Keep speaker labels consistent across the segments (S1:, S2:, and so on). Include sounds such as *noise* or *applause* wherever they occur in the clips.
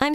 S1: I'm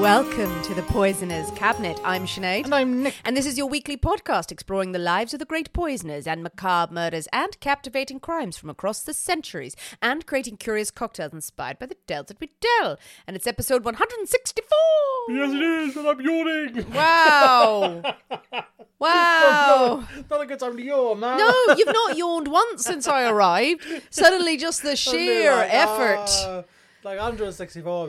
S2: Welcome to the Poisoner's Cabinet. I'm Sinead.
S3: And I'm Nick.
S2: And this is your weekly podcast exploring the lives of the great poisoners and macabre murders and captivating crimes from across the centuries and creating curious cocktails inspired by the Dells that we tell. And it's episode 164.
S3: Yes, it is, and I'm yawning. *laughs*
S2: Wow. wow.
S3: Not a good time to yawn, man.
S2: No, you've not yawned once since I arrived. Suddenly,
S3: *laughs*
S2: just the
S3: Suddenly,
S2: sheer
S3: like,
S2: effort.
S3: ah, like 164.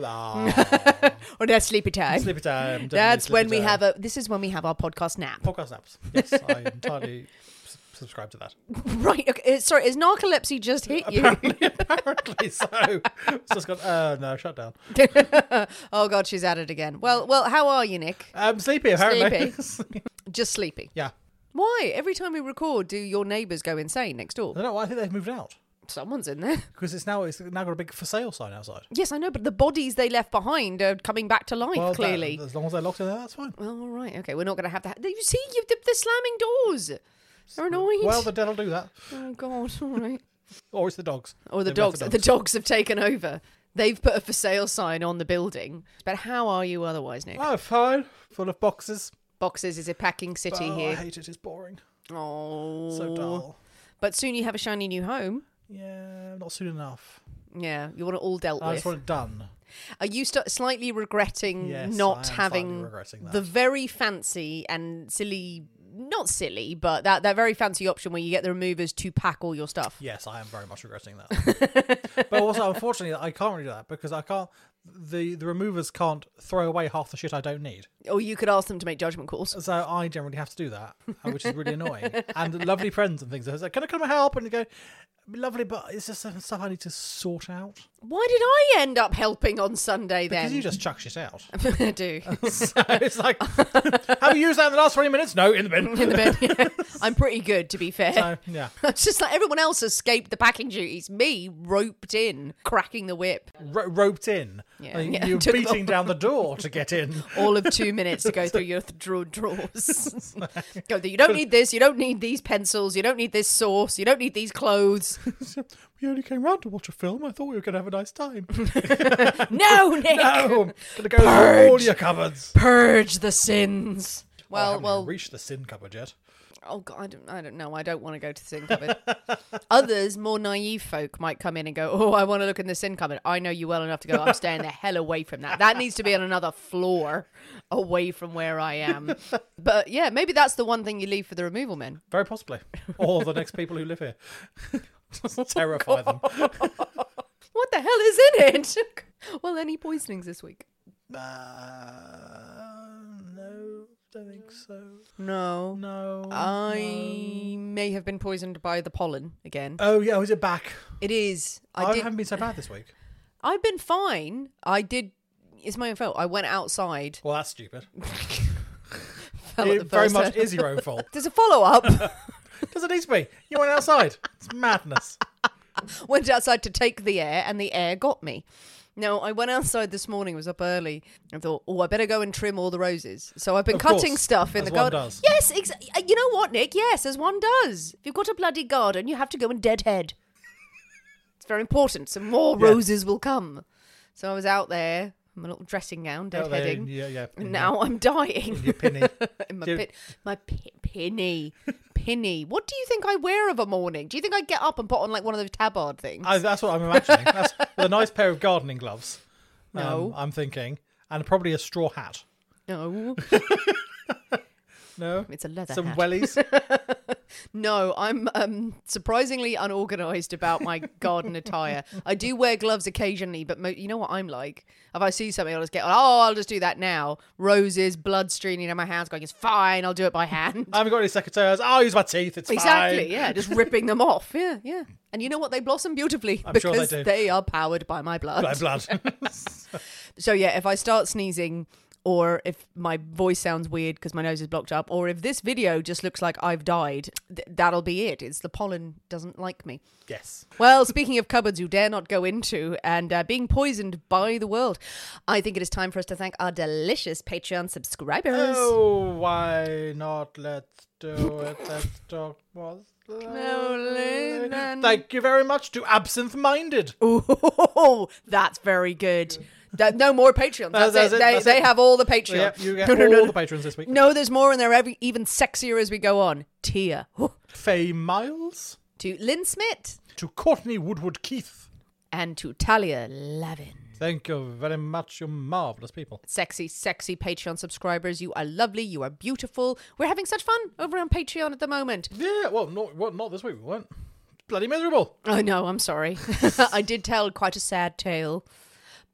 S2: *laughs*
S3: Nah.
S2: or Oh, that's sleepy time.
S3: sleepy time.
S2: That's when we have a. This is when we have our podcast nap.
S3: podcast apps. Yes, I entirely s- subscribe to
S2: *laughs*
S3: that.
S2: Right. Okay. uh, Sorry. Is narcolepsy just hit you?
S3: Apparently so. It's just got. Uh, no, shut down.
S2: *laughs* oh God, she's at it again. Well, well. How are you, Nick?
S3: I'm Um, sleepy. Apparently.
S2: Just sleepy.
S3: *laughs* yeah.
S2: Why? Every time we record, do your neighbours go insane next door?
S3: No, no. I think they've moved out
S2: Someone's in there. *laughs*
S3: because it's now it's now got a big for sale sign outside.
S2: Yes, I know, but the bodies they left behind are coming back to life.
S3: Well, that-
S2: clearly.
S3: as long as they're locked in there, that's fine.
S2: Well, all right. Okay, we're not going to have that. You see, you they're they're slamming doors. They're annoying.
S3: Well, the dead'll do that,
S2: *laughs* oh God. All right.
S3: or it's the dogs.
S2: Or the
S3: They've left
S2: dogs. *laughs* The dogs have taken over. They've put a for sale sign on the building. But how are you otherwise, Nick?
S3: Oh, fine. Full of boxes.
S2: Boxes is a packing city
S3: Oh, I
S2: here.
S3: hate it. It's boring.
S2: Oh,
S3: So dull.
S2: But soon you have a shiny new home.
S3: Yeah, not soon enough.
S2: Yeah, you want it all dealt
S3: I
S2: with.
S3: just want it done.
S2: Are you st- slightly regretting
S3: Yes,
S2: not
S3: I am
S2: having
S3: slightly regretting that.
S2: the very fancy and silly? Not silly, but that, that very fancy option where you get the removers to pack all your stuff.
S3: Yes, I am very much regretting that.
S2: *laughs*
S3: but also, unfortunately, I can't really do that because I can't. The the removers can't throw away half the shit I don't need,
S2: Or you could ask them to make judgment calls.
S3: so I generally have to do that, uh, which is really annoying. And lovely friends and things. I was like, "Can I come and help?" And they go, "Lovely, but it's just some stuff I need to sort out."
S2: Why did I end up helping on Sunday
S3: Because
S2: then?
S3: you just chuck shit out.
S2: *laughs*
S3: *laughs*
S2: I do.
S3: so it's like, *laughs* have you used that in the last twenty minutes? No, in the bin.
S2: in the bed. *laughs* yeah. I'm pretty good, to be fair.
S3: *laughs* So, yeah,
S2: *laughs* it's just like everyone else escaped the packing duties. Me roped in, cracking the whip.
S3: Ro- roped in.
S2: Yeah.
S3: I mean,
S2: Yeah,
S3: you're
S2: took
S3: beating
S2: long.
S3: down the door to
S2: *laughs*
S3: get in.
S2: All of
S3: *laughs*
S2: two minutes to go through your th- drawer *laughs* drawers. go through, you don't need this. You don't need these pencils. You don't need this sauce. You don't need these clothes.
S3: We only came round to watch a film. I thought we were going to have a nice
S2: *laughs*
S3: time. *laughs*
S2: No, Nick.
S3: No, gonna go through all your cupboards.
S2: Purge the sins.
S3: I
S2: Well,
S3: haven't
S2: well.
S3: even reached the sin cupboard yet.
S2: oh God, I don't, I don't know. I don't want to go to the sin cupboard. Others, more naive folk, might come in and go, "Oh, I want to look in the sin cupboard." I know you well enough to go. I'm staying the hell away from that. That needs to be on another floor, away from where I
S3: *laughs*
S2: am. But yeah, maybe that's the one thing you leave for the removal men. *laughs*
S3: Very possibly, or the next people who live here. *laughs* Just terrify them.
S2: Oh,
S3: *laughs*
S2: What the hell is in it? *laughs* well, any poisonings this week?
S3: Uh, no, don't think so.
S2: No.
S3: No.
S2: I may have been poisoned by the pollen again.
S3: Oh yeah, was it back?
S2: It is.
S3: I,
S2: I, did.
S3: haven't been so bad this week.
S2: I've been fine. I did. It's my own fault. I went outside.
S3: Well,
S2: *laughs*
S3: that's stupid.
S2: fell at
S3: It
S2: the
S3: very
S2: first
S3: much
S2: hurdle.
S3: is your own fault.
S2: *laughs* There's a follow
S3: *laughs*
S2: up.
S3: Does it need to be? You went outside. It's madness.
S2: Went outside to take the air, and the air got me. No, I went outside this morning. Was up early. and thought, oh, I better go and trim all the roses. So I've been
S3: Of
S2: cutting
S3: course,
S2: stuff in
S3: as
S2: the
S3: one
S2: garden.
S3: does.
S2: Yes, exactly. You know what, Nick? Yes, as one does. If you've got a bloody garden, you have to go and deadhead. it's very important. Some more
S3: Yeah.
S2: roses will come. So I was out there, in my little dressing gown,
S3: Out there
S2: deadheading.
S3: in- yeah, yeah. in
S2: And now I'm dying.
S3: your- in
S2: *laughs*
S3: your pinny.
S2: In my
S3: Do you-
S2: pin, my pi- pinny, pinny. What do you think I wear of a morning? Do you think I get up and put on like one of those tabard things?
S3: I, that's what I'm imagining. That's with a nice pair of gardening gloves. um,
S2: No.
S3: I'm thinking, and probably a straw hat.
S2: no,
S3: No,
S2: it's a leather
S3: *laughs* some
S2: hat.
S3: wellies.
S2: no, I'm um, surprisingly unorganized about
S3: *laughs*
S2: my garden attire. I do wear gloves occasionally, but mo- you know what I'm like. If I see something, I'll just get. Oh, I'll just do that now. Roses, blood streaming down my hands, going, it's fine. I'll do it by hand.
S3: I haven't got any secateurs. I'll use my teeth. *laughs* It's
S2: Exactly,
S3: fine.
S2: yeah,
S3: *laughs*
S2: just ripping them off. Yeah, yeah. And you know what? They blossom beautifully
S3: I'm sure
S2: because
S3: they do.
S2: they are powered by my blood.
S3: Blood,
S2: *laughs*
S3: blood.
S2: So yeah, if I start sneezing or if my voice sounds weird because my nose is blocked up or if this video just looks like I've died, th- that'll be it. It's the pollen doesn't like me.
S3: yes.
S2: Well, speaking of cupboards you dare not go into and uh, being poisoned by the world, I think it is time for us to thank our delicious Patreon subscribers.
S3: Oh, why not? Let's do it. Let's talk. more slowly.
S2: then.
S3: Thank you very much to Absinthe Minded.
S2: Oh, Ooh, *laughs* that's very good. That, no more Patreons.
S3: That's-
S2: That's,
S3: that's
S2: it.
S3: it,
S2: They,
S3: that's
S2: they
S3: it.
S2: have all the Patreon.
S3: Yep, you get
S2: *laughs* No, no,
S3: all
S2: no,
S3: the patrons this week.
S2: No, there's more, and they're every, even sexier as we go on. Tia. *gasps*
S3: Faye Miles.
S2: to Lynn Smith
S3: To Courtney Woodward Keith.
S2: and to Talia Lavin.
S3: Thank you very much, you marvellous people.
S2: Sexy, sexy Patreon subscribers. You are lovely. You are beautiful. We're having such fun over on Patreon at the moment.
S3: Yeah, well, not, well, not this week. We weren't. Bloody miserable.
S2: I know, I'm sorry. *laughs* I did tell quite a sad tale,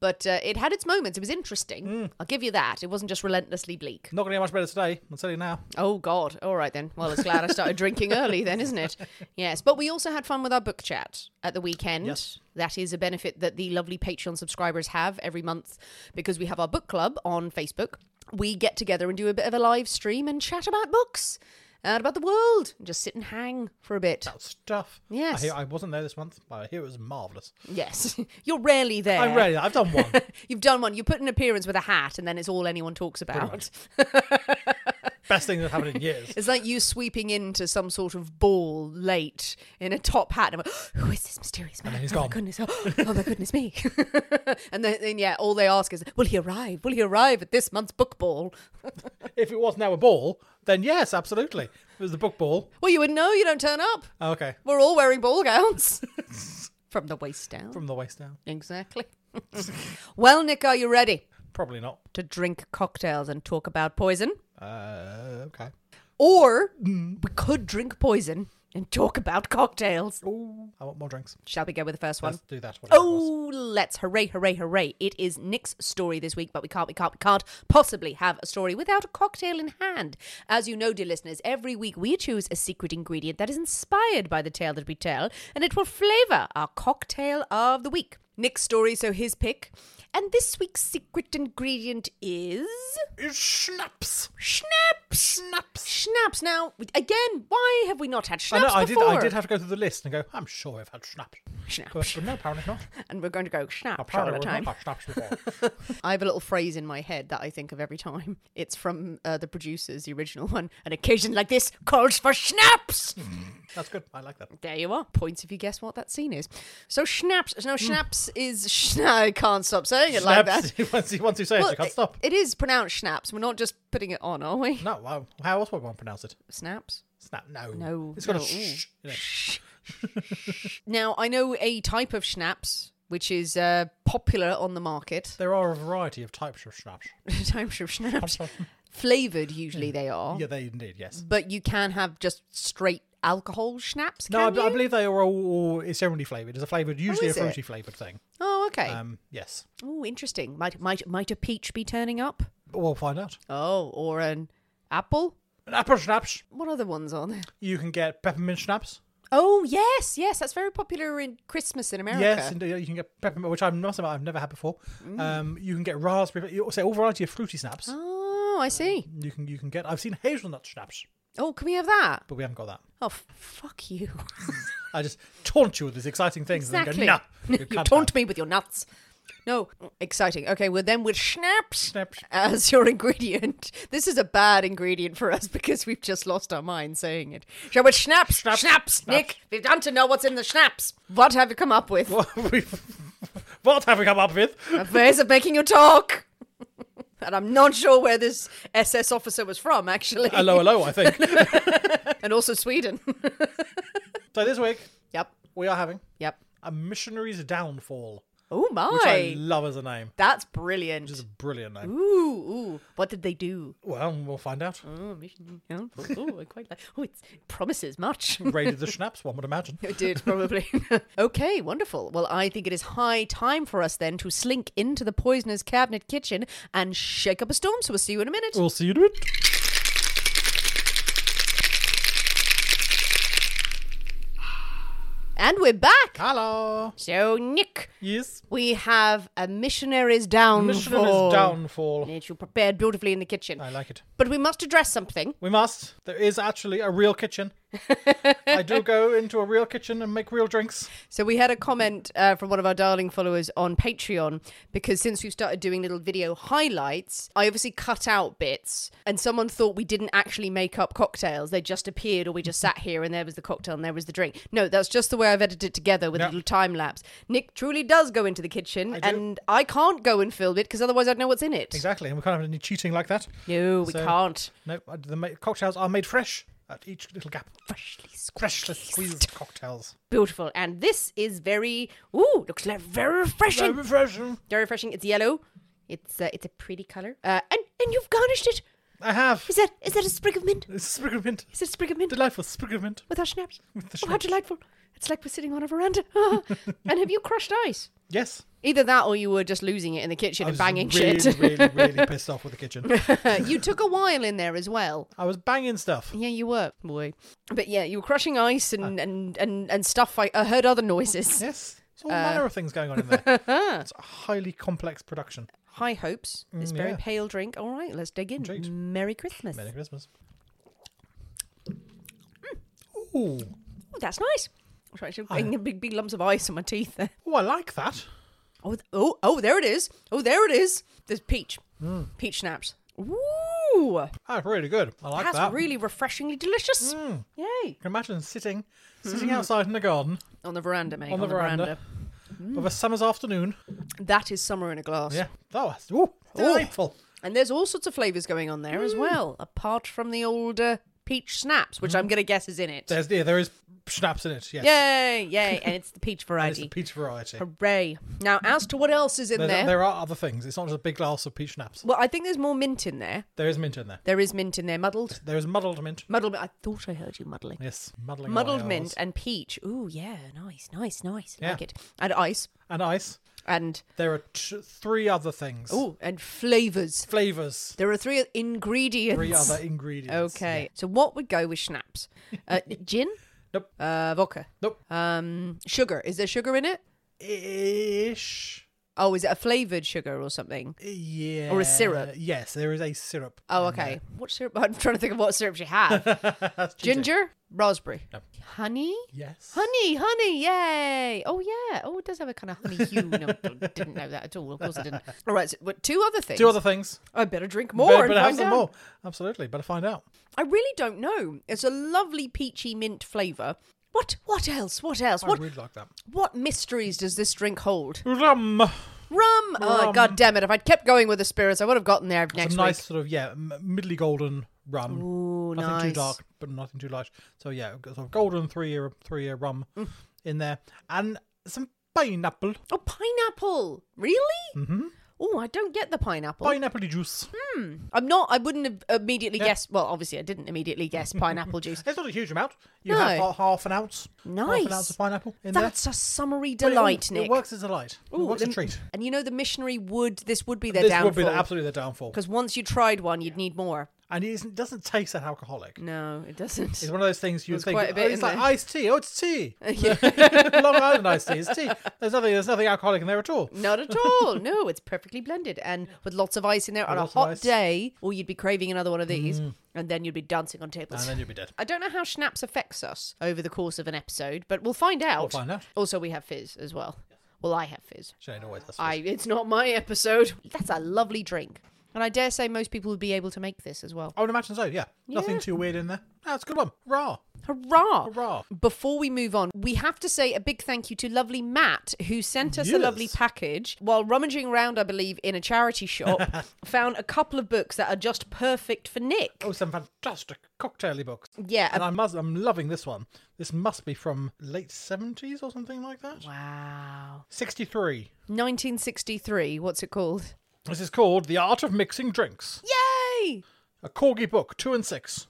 S2: but uh, it had its moments. It was interesting. I'll give you that. It wasn't just relentlessly bleak.
S3: Not going to get much better today. I'll tell you now.
S2: Oh God! All right then. Well, it's glad I started drinking early then, isn't it? Yes, but we also had fun with our book chat at the weekend.
S3: Yes.
S2: That is a benefit that the lovely Patreon subscribers have every month because we have our book club on Facebook. We get together and do a bit of a live stream and chat about books and about the world. and Just sit and hang for a bit.
S3: Stuff.
S2: Yes.
S3: I, hear, I wasn't there this month, but I hear it was marvellous.
S2: Yes, *laughs* you're rarely there.
S3: I'm ready. I've done one.
S2: You've done one. You put an appearance with a hat, and then it's all anyone talks about.
S3: Best thing that happened in years.
S2: It's like you sweeping into some sort of ball late in a top hat. And I'm like, *gasps* Who is this mysterious man?
S3: then he's
S2: oh my
S3: gone.
S2: goodness! *gasps* Oh, oh my goodness me! *laughs* and then, then yeah, all they ask is, "Will he arrive? Will he arrive at this month's book ball?"
S3: If it was now a ball, then yes, absolutely. It was the book ball. Oh,
S2: Well, you would know. You don't turn up.
S3: Okay.
S2: We're all wearing ball gowns *laughs* from the waist down.
S3: From the waist down.
S2: Exactly. *laughs* well, Nick, are you ready
S3: Probably not.
S2: to drink cocktails and talk about poison?
S3: Uh, okay.
S2: Or
S3: Mm.
S2: we could drink poison and talk about cocktails.
S3: Ooh, I want more drinks.
S2: Shall we go with the first one?
S3: Oh. Let's do that. whatever it was.
S2: Oh, let's hooray, hooray, hooray. It is Nick's story this week, but we can't, we can't, we can't possibly have a story without a cocktail in hand. As you know, dear listeners, every week we choose a secret ingredient that is inspired by the tale that we tell, and it will flavour our cocktail of the week. Nick's story, so his pick. And this week's secret ingredient is
S3: It's schnapps.
S2: schnapps.
S3: Schnapps.
S2: Schnapps. Now, again, why have we not had
S3: I know.
S2: schnapps
S3: I did.
S2: before?
S3: I did have to go through the list and go. I'm sure I've had schnapps. But,
S2: schnapps,
S3: but no, apparently not.
S2: and we're going to go schnapps all
S3: Apparently,
S2: the
S3: we've
S2: time.
S3: not had schnapps before.
S2: I have a little phrase in my head that I think of every time. *laughs* It's from uh, the producers, the original *laughs* one. An occasion like this calls for schnapps.
S3: Hmm. That's good. I like that.
S2: there you are. Points if you guess what that scene is. So schnapps. No, schnapps is. *laughs* Schna- I can't stop saying it like that.
S3: Hmm. Schnapps. *laughs* once, you, once you say it, you can't
S2: it-
S3: stop.
S2: it is pronounced schnapps. We're not just putting it on, are we?
S3: No. Wow. How else would one pronounce it?
S2: Snaps.
S3: Snap. No.
S2: No,
S3: It's got
S2: no,
S3: a shh.
S2: ooh.
S3: in it.
S2: Now I know a type of schnapps which is uh, popular on the market. *laughs*
S3: There are a variety of types of schnapps.
S2: types of
S3: *laughs*
S2: schnapps, flavored usually they are,
S3: Hmm. Yeah, they indeed. Yes.
S2: but you can have just straight alcohol schnapps.
S3: No, I,
S2: can
S3: I
S2: you? Oh,
S3: believe they are all, all it's generally flavoured. It's a flavoured, usually
S2: is
S3: a
S2: it?
S3: fruity flavoured thing.
S2: Oh, okay.
S3: Um, yes.
S2: oh, interesting. Might might might a peach be turning up?
S3: We'll find out.
S2: Oh, or an apple?
S3: And apple schnapps.
S2: What other ones are there?
S3: You can get peppermint schnapps.
S2: Oh, yes, yes, that's very popular in Christmas in America.
S3: Yes, indeed. You can get peppermint, which I'm not something I've never had before.
S2: Mm.
S3: Um, you can get raspberry. You say all variety of fruity snaps.
S2: Oh, I see.
S3: You can you can get. I've seen hazelnut schnapps,
S2: Oh, can we have that?
S3: but we haven't got that.
S2: Oh, f- fuck you. *laughs*
S3: I just taunt you with these exciting things
S2: exactly. *laughs*
S3: *laughs* and then go, nah,
S2: you taunt me with your nuts. No, exciting. Okay, well then with schnapps
S3: Schnapps.
S2: as your ingredient. *laughs* This is a bad ingredient for us because we've just lost our mind saying it. So with schnapps, schnapps, Nick, we want to know what's in the schnapps. What have you come up with?
S3: *laughs* What, we, what have we come
S2: *laughs*
S3: up with?
S2: A ways of making you talk. *laughs* and I'm not sure where this SS officer was from, actually,
S3: Hello, hello, I think.
S2: *laughs* and also Sweden. *laughs*
S3: so this week,
S2: yep,
S3: we are having
S2: yep.
S3: A Missionary's Downfall,
S2: Oh
S3: which I
S2: my,
S3: love as a name.
S2: that's brilliant.
S3: It's a brilliant name.
S2: Ooh, ooh, what did they do?
S3: Well, we'll find out.
S2: Oh, mission. yeah. Oh, I quite like. Oh, it promises much.
S3: Raided the schnapps, one would imagine.
S2: *laughs* It did, probably. *laughs* okay, wonderful. Well, I think it is high time for us then to slink into the poisoner's cabinet kitchen and shake up a storm. So we'll see you in a minute.
S3: We'll see you in a bit.
S2: And we're back.
S3: Hello.
S2: So, Nick,
S3: Yes.
S2: we have a missionary's downfall.
S3: Missionary's Downfall.
S2: And you prepared beautifully in the kitchen.
S3: I like it.
S2: But we must address something.
S3: We must. There is actually a
S2: *laughs*
S3: real kitchen. I do go into a real kitchen and make real drinks.
S2: So we had a comment uh, from one of our darling followers on Patreon because since we've started doing little video highlights, I obviously cut out bits, and someone thought we didn't actually make up cocktails; they just appeared, or we just sat here and there was the cocktail and there was the drink. No, that's just the way I've edited it together with a
S3: Yeah.
S2: little time lapse. Nick truly does go into the kitchen,
S3: do.
S2: and I can't go and film it because otherwise I'd know what's in it.
S3: Exactly. And we can't have any cheating like that.
S2: No, we
S3: So-
S2: can't.
S3: No, uh, the ma- cocktails are made fresh at each little gap.
S2: Freshly
S3: Freshly
S2: squeezed.
S3: squeezed cocktails.
S2: Beautiful, and this is very ooh, looks like very refreshing. Very refreshing. It's yellow. It's uh, it's a pretty color. Uh, and and you've garnished it.
S3: I have.
S2: Is that is that a sprig of mint?
S3: It's a sprig of mint.
S2: Is that a sprig of mint
S3: Delightful sprig of mint.
S2: with our schnapps?
S3: *laughs* With the
S2: Oh, how
S3: schnapps.
S2: delightful! It's like we're sitting on a veranda. *laughs* and have you crushed ice?
S3: Yes.
S2: Either that, or you were just losing it in the kitchen and banging
S3: really,
S2: shit.
S3: really,
S2: *laughs*
S3: really pissed off with the kitchen.
S2: you took a while in there as well.
S3: I was banging stuff.
S2: Yeah, you were, boy. But yeah, you were crushing ice and
S3: Uh.
S2: and and, and stuff. I, I heard other noises.
S3: Yes. It's all manner of things going on in
S2: *laughs*
S3: there. it's a highly complex production.
S2: High hopes. This very
S3: Mm, yeah.
S2: pale drink. All right, let's dig in.
S3: Intrigued.
S2: Merry Christmas.
S3: Merry Christmas.
S2: Mm.
S3: Ooh.
S2: Oh, that's nice. I'm trying to bring big, big lumps of ice on my teeth there.
S3: Oh, I like that.
S2: Oh, th- oh, oh, there it is. Oh, there it is. There's peach.
S3: Hmm.
S2: Peach schnapps. Ooh,
S3: That's really good. I like
S2: that's
S3: that. Hmm.
S2: really refreshingly delicious. Yay.
S3: Can you imagine sitting
S2: Mm.
S3: sitting outside in the garden
S2: On the veranda, mate.
S3: on, the, veranda,
S2: Mm.
S3: of a summer's afternoon.
S2: That is summer in a glass.
S3: Yeah. That was Oh, ooh, delightful.
S2: And there's all sorts of flavours going on there as
S3: Hmm.
S2: well, apart from the old uh, peach snaps, which I'm going to guess is in it.
S3: Hmm. There's yeah, there is schnapps in it. Yes.
S2: yay,
S3: *laughs*
S2: yay. and it's the peach
S3: And It's
S2: variety.
S3: the peach variety.
S2: Hooray. Now, as to what else is in
S3: There,
S2: there.
S3: there are other things. It's not just a big glass of peach schnapps.
S2: well, I think there's more mint in there.
S3: There is mint in there.
S2: There is mint in there, muddled.
S3: There is muddled mint.
S2: Muddled. I thought I heard you muddling.
S3: Yes, muddling
S2: muddled
S3: oils.
S2: mint and peach. Ooh, yeah, nice, nice, nice.
S3: Yeah.
S2: Like it. And ice
S3: and ice.
S2: and
S3: There are t- three other things.
S2: oh, and flavors.
S3: flavors.
S2: There are three ingredients.
S3: Three other
S2: *laughs*
S3: ingredients.
S2: Okay, so what would go with schnapps?
S3: *laughs*
S2: Uh, gin,
S3: Nope.
S2: uh, vodka,
S3: Nope.
S2: um, sugar. Is there sugar in it?
S3: Ish.
S2: Oh, is it a flavored sugar or something?
S3: Yeah.
S2: Or a syrup.
S3: Yes, there is a syrup.
S2: Oh, okay. What syrup? *laughs* I'm trying to think of what syrup you have.
S3: *laughs* That's cheating.
S2: Ginger, raspberry,
S3: No.
S2: honey.
S3: Yes.
S2: Honey, honey, yay! Oh yeah, oh it does have a kind of honey hue. No, didn't know that at all. Of course I didn't. All right, so, what- two other things.
S3: Two other things.
S2: I better drink more
S3: Better-
S2: and
S3: better have
S2: find
S3: some
S2: out.
S3: more. Absolutely. Better find out.
S2: I really don't know. It's a lovely peachy mint flavour. What? What else? What else? What?
S3: I would like that.
S2: What mysteries does this drink hold?
S3: Rum.
S2: Rum. Oh
S3: Rum.
S2: god damn it! If I'd kept going with the spirits, I would have gotten there next
S3: Some nice
S2: week.
S3: sort of yeah, m- middly golden rum.
S2: Ooh,
S3: nothing
S2: nice.
S3: too dark, but nothing too light. So yeah, we've got sort of golden three year three year rum
S2: Mm.
S3: in there, and some pineapple,
S2: Oh, pineapple. Really? Mm-hmm. Oh, I don't get the pineapple.
S3: pineapple juice.
S2: I'm not. I wouldn't have immediately guessed. Well, obviously, I didn't immediately guess pineapple juice.
S3: It's not a huge amount. You
S2: No.
S3: have ha- half an ounce. Half
S2: Nice.
S3: an ounce of pineapple in
S2: That's a summery
S3: there. But it all-
S2: delight,
S3: it,
S2: Nick.
S3: works as a delight. it works
S2: the-
S3: a treat.
S2: And you know the missionary would this would be their
S3: This
S2: downfall.
S3: would be the, absolutely their downfall.
S2: Because once you tried one, you'd need more.
S3: And it isn't, doesn't taste that alcoholic.
S2: No, it doesn't. *laughs*
S3: It's one of those things you
S2: There's
S3: think
S2: quite a
S3: "Oh,
S2: bit
S3: it's
S2: in
S3: like
S2: there."
S3: iced tea. Oh, it's
S2: *laughs*
S3: tea. *laughs* Long Island iced tea. It's tea. There's nothing. There's nothing alcoholic in there
S2: *laughs*
S3: at all.
S2: Not at all. No, it's perfectly blended and with lots of ice in there on a
S3: lots of
S2: hot
S3: ice. Mm.
S2: day, or you'd be craving another one of these, and then you'd be dancing on tables.
S3: And then you'll be dead.
S2: I don't know how schnapps affects us over the course of an episode, but we'll find out.
S3: find out.
S2: Also, we have fizz as well. Well, I have fizz.
S3: Shane always has.
S2: I it's not my episode. *laughs* That's a lovely drink. And I dare say most people would be able to make this as well.
S3: I would imagine so. Yeah. Nothing
S2: Yeah.
S3: too weird in there. That's a good one. Raw.
S2: Hurrah!
S3: Hurrah.
S2: Before we move on, we have to say a big thank you to lovely Matt, who sent us a lovely
S3: Yes.
S2: package while rummaging around, I believe, in a charity
S3: *laughs*
S2: shop, found a couple of books that are just perfect for Nick.
S3: Oh, some fantastic cocktaily books.
S2: yeah.
S3: And
S2: a-
S3: I must, I'm loving this one. This must be from late 70s or something like that.
S2: wow.
S3: 63.
S2: 1963. What's it called?
S3: This is called The Art of Mixing Drinks.
S2: Yay!
S3: A corgi book, two and six.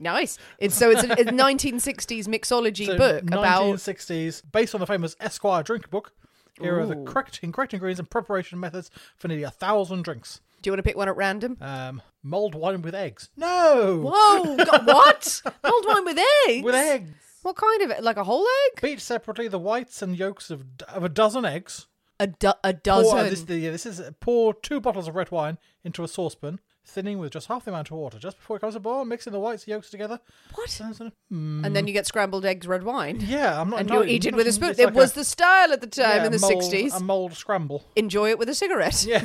S2: Nice. It's so it's a, it's 1960s mixology
S3: *laughs* So
S2: book about
S3: 1960s, based on the famous Esquire drink book. Here are the
S2: Ooh.
S3: correct incorrect ingredients and preparation methods for nearly a thousand drinks.
S2: Do you want to pick one at random?
S3: Um, mulled wine with eggs. No,
S2: Whoa!
S3: *laughs*
S2: God, what? Mulled wine with eggs.
S3: Oh. with eggs.
S2: What kind of like a whole egg?
S3: Beat separately the whites and yolks of, of a dozen eggs.
S2: A, do- a dozen.
S3: Pour, uh, this, the, this is pour two bottles of red wine into a saucepan, thinning with just half the amount of water. Just before it comes to boil, mixing the whites and yolks together.
S2: What?
S3: Hmm.
S2: And then you get scrambled eggs, red wine.
S3: Yeah, I'm not.
S2: And you
S3: entirely-
S2: eat it with a
S3: it's
S2: spoon.
S3: like
S2: It was
S3: a-
S2: the style at the time
S3: yeah,
S2: in the
S3: mould-
S2: 60s.
S3: A mold scramble. *laughs*
S2: Enjoy it with a cigarette.
S3: Yeah.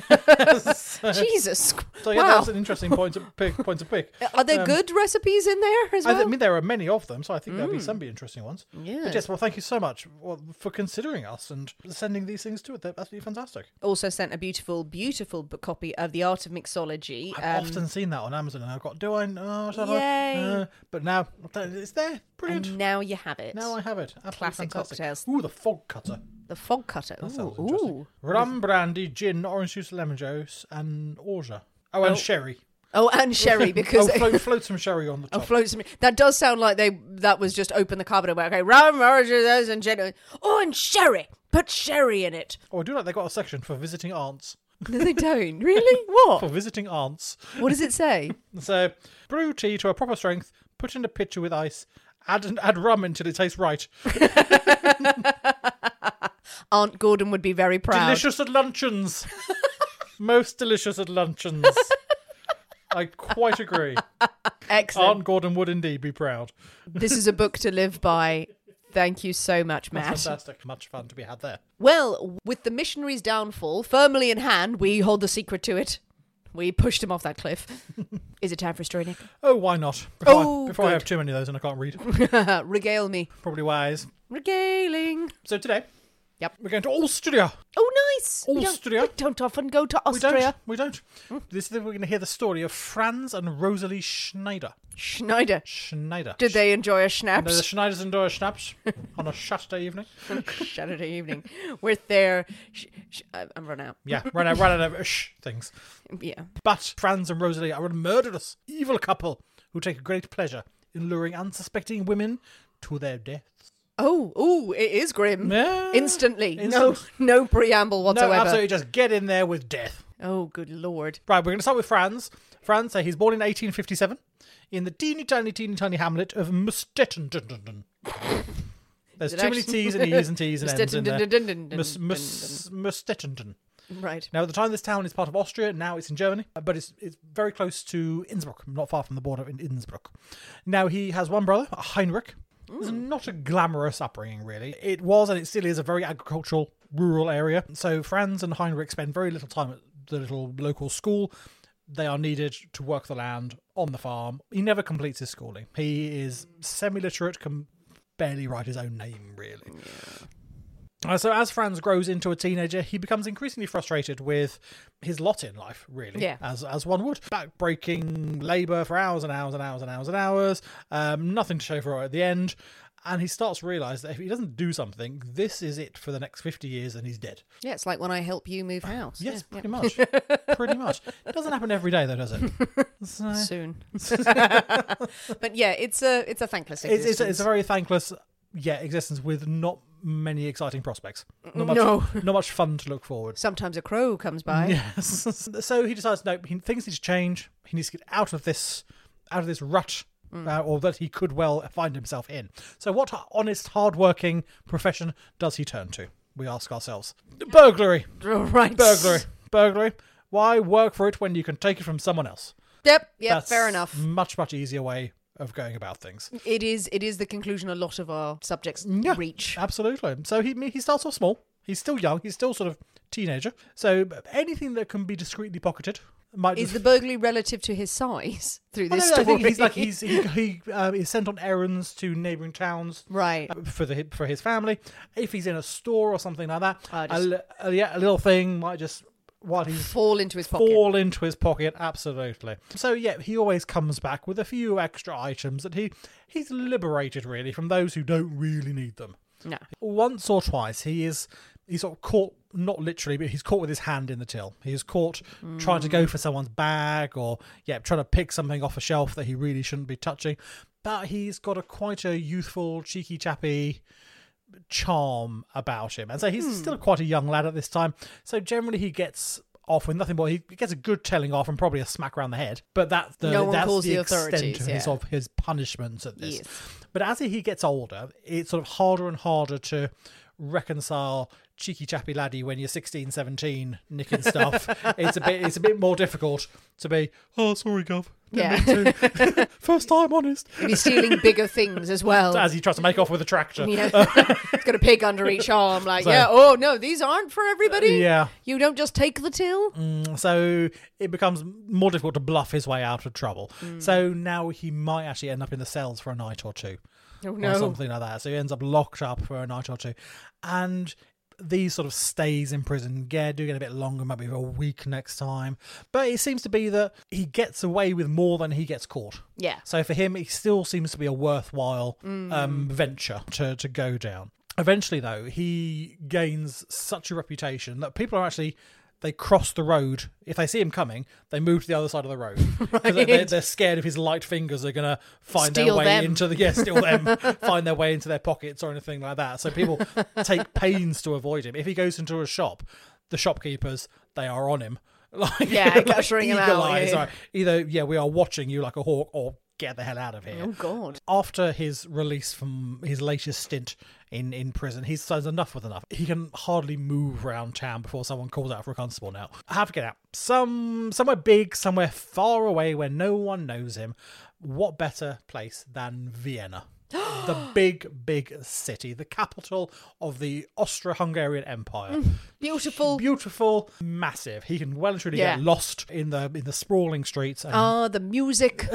S2: *laughs* Jesus.
S3: So yeah,
S2: wow.
S3: that's an interesting point to pick. Point to pick.
S2: *laughs* Are there
S3: Um,
S2: good recipes in there as
S3: I,
S2: well? Mm.
S3: th- I mean, there are many of them, so I think there'll be some be interesting ones.
S2: Yeah.
S3: But yes, well, thank you so much well, for considering us and sending these things to it. They're absolutely fantastic.
S2: also sent a beautiful, beautiful b- copy of The Art of Mixology.
S3: I've
S2: um,
S3: often seen that on Amazon, and I've got, do I? Oh, shall I?
S2: Yay.
S3: Uh, but now that- it's there. Brilliant.
S2: and now you have it.
S3: now I have it. Absolutely
S2: Classic
S3: fantastic.
S2: cocktails.
S3: Ooh, the fog cutter.
S2: the fog cutter.
S3: That sounds
S2: Ooh,
S3: interesting.
S2: ooh.
S3: Rum, brandy, gin, orange juice, lemon juice, and orgeat. Oh, and
S2: Oh.
S3: sherry.
S2: Oh, and sherry because *laughs*
S3: *laughs* oh, float, float some sherry on the
S2: Oh,
S3: top.
S2: float some. That does sound like they. That was just open the cupboard and went, okay, rum, oranges, and gin. Oh, and sherry. Put sherry in it. *laughs*
S3: oh, I do like they got a section for visiting aunts.
S2: No, they don't. Really? What?
S3: *laughs* For visiting aunts.
S2: What does it say?
S3: So, brew tea to a proper strength, put in a pitcher with ice, add add rum until it tastes right.
S2: Aunt Gordon would be very proud.
S3: Delicious at luncheons. *laughs* Most delicious at
S2: *laughs*
S3: luncheons. I quite agree.
S2: Excellent.
S3: Aunt Gordon would indeed be proud.
S2: this is a book to live by. Thank you so much,
S3: That's
S2: Matt.
S3: fantastic. Much fun to be had there.
S2: Well, with the missionary's downfall firmly in hand, we hold the secret to it. We pushed him off that
S3: *laughs*
S2: cliff. is it time for a story, Nick?
S3: Oh, why not? Before,
S2: Oh,
S3: I, before I
S2: good.
S3: have too many of those and I can't read, *laughs*
S2: Uh, Regale me.
S3: probably wise.
S2: Regaling.
S3: So today,
S2: Yep.
S3: we're going to Austria.
S2: Oh, nice. We don't-
S3: Austria.
S2: We don't often go to
S3: We don't.
S2: Austria. Hmm.
S3: We don't. This is we're going to hear the story of Franz and Rosalie Schneider.
S2: Schneider.
S3: Schneider.
S2: Did they enjoy a
S3: No,
S2: *laughs*
S3: the
S2: schnapps?
S3: Schneiders enjoy a schnapps on a Saturday evening.
S2: Saturday evening. We're there. Sh- sh- I- I'm run out.
S3: Yeah, run out, run out of uh, shh things.
S2: *laughs* Yeah.
S3: But Franz and Rosalie are a murderous, evil couple who take great pleasure in luring unsuspecting women to their deaths.
S2: Oh, oh, it is grim.
S3: Yeah.
S2: Instantly.
S3: Instant.
S2: No, no preamble
S3: No,
S2: whatsoever.
S3: absolutely, just get in there with death.
S2: Oh, good lord.
S3: Right, we're going to start with Franz. Franz, uh, he's born in 1857 in the teeny tiny, teeny tiny hamlet of Mustetten. There's
S2: Is
S3: too
S2: it
S3: many
S2: actually-
S3: T's and E's
S2: *laughs*
S3: and T's and M's in there.
S2: Mustetten-
S3: Mus- Mus- Mustetten.
S2: Right.
S3: Now, at the time, this town is part of Austria. Now it's in Germany, uh, but it's it's very close to Innsbruck, not far from the border in Innsbruck. Now he has one brother, Heinrich. It's not a glamorous upbringing, really. It was, and it still is, a very agricultural, rural area. So Franz and Heinrich spend very little time at the little local school. They are needed to work the land on the farm. He never completes his schooling. He is semi-literate, can barely write his own name, really. Uh, so as Franz grows into a teenager, he becomes increasingly frustrated with his lot in life, really,
S2: Yeah.
S3: as as one would. Backbreaking labour for hours and hours and hours and hours and hours, um, nothing to show for it at the end, and he starts to realise that if he doesn't do something, this is it for the next fifty years, and he's dead.
S2: Yeah, it's like when I help you move house.
S3: Yes,
S2: Yeah,
S3: pretty much,
S2: *laughs*
S3: pretty much. It doesn't happen every day, though, does it? So-
S2: yeah.
S3: *laughs*
S2: Soon. *laughs* but yeah, it's a it's a thankless
S3: it's, it's,
S2: existence.
S3: a, it's a very thankless, yeah, existence with not many exciting prospects. Not much,
S2: No.
S3: not much fun to
S2: *laughs*
S3: look forward.
S2: Sometimes a crow comes by.
S3: Yes. *laughs* so he decides no, he, things need to change. He needs to get out of this, out of this rut,
S2: Mm.
S3: uh, or that he could well find himself in. So, what honest, hard-working profession does he turn to? We ask ourselves. Burglary,
S2: *laughs* Right.
S3: burglary, burglary. Why work for it when you can take it from someone else?
S2: Yep, yep,
S3: That's
S2: fair enough.
S3: Much much easier way of going about things.
S2: It is it is the conclusion a lot of our subjects
S3: Yeah,
S2: reach.
S3: Absolutely. So he he starts off small. He's still young. He's still sort of teenager. So anything that can be discreetly pocketed might
S2: Is
S3: be
S2: the burglary relative to his size *laughs* through
S3: Well,
S2: this
S3: no, no,
S2: story?
S3: *laughs* I think he's like he's he, he um, is sent on errands to neighboring towns
S2: *laughs* right.
S3: for the for his family. If he's in a store or something like that,
S2: Ah,
S3: a, li- a, yeah, a little thing might just while he's
S2: Fall into his pocket.
S3: fall into his pocket. Absolutely. So yeah, he always comes back with a few extra items that he he's liberated really from those who don't really need them.
S2: No.
S3: Once or twice, he is he's sort of caught not literally, but he's caught with his hand in the till. He is caught trying to
S2: Mm.
S3: go for someone's bag or yeah, trying to pick something off a shelf that he really shouldn't be touching. But he's got a quite a youthful, cheeky chappy charm about him. And so he's still
S2: Hmm.
S3: quite a young lad at this time. So generally he gets off with nothing more. He gets a good telling off and probably a smack around the head. But that's the
S2: No one
S3: that's
S2: calls
S3: the,
S2: the
S3: extent of
S2: authorities,
S3: his
S2: yeah.
S3: of his punishments at this.
S2: Yes.
S3: But as he gets older, it's sort of harder and harder to reconcile cheeky chappy laddie when you're 16 17
S2: *laughs*
S3: nicking stuff it's a bit it's a bit more difficult to be oh sorry gov didn't
S2: Yeah.
S3: mean
S2: *laughs*
S3: to. first time honest
S2: And he's stealing bigger things
S3: *laughs*
S2: as *laughs* well.
S3: as he tries to make off with a
S2: *laughs*
S3: tractor
S2: You know, he's got a pig under
S3: *laughs*
S2: each arm. Like, yeah, oh no, these aren't for everybody.
S3: Uh, yeah Mm.
S2: You don't just take the till.
S3: So it becomes more difficult to bluff his way out of trouble.
S2: Mm.
S3: So now he might actually end up in the cells for a night or two
S2: Oh
S3: or
S2: no.
S3: something like that. So he ends up locked up for a night or two. And these sort of stays in prison yeah, do get a bit longer, maybe a week next time. But it seems to be that he gets away with more than he gets caught.
S2: Yeah. Mm.
S3: So for him, it still seems to be a worthwhile um, venture to, to go down. Eventually, though, he gains such a reputation that people are actually. They cross the road. If they see him coming, they move to the other side of the
S2: *laughs*
S3: road. 'Cause They're, they're scared of his light fingers are going to find their
S2: Steal
S3: way
S2: them.
S3: into the yeah, steal
S2: *laughs*
S3: them, find their way into their pockets or anything like that. So people
S2: *laughs*
S3: take pains to avoid him. If he goes into a shop, the shopkeepers they are on him. *laughs* Like,
S2: Yeah, ushering him out,
S3: eagle eyes
S2: *laughs* yeah.
S3: are- either yeah, we are watching you like a hawk, or get the hell out of here.
S2: Oh god.
S3: After his release from his latest stint in, in prison, he says enough with enough. He can hardly move round town before someone calls out for a constable now. I have to get out. Some somewhere big, somewhere far away where no one knows him. What better place than
S2: *gasps*
S3: Vienna? the big, big city, the capital of the Austro Hungarian Empire
S2: Mm. Beautiful.
S3: beautiful, massive. He can well and truly
S2: Yeah.
S3: get lost in the in the sprawling streets, and
S2: Ah, the
S3: *laughs*
S2: music,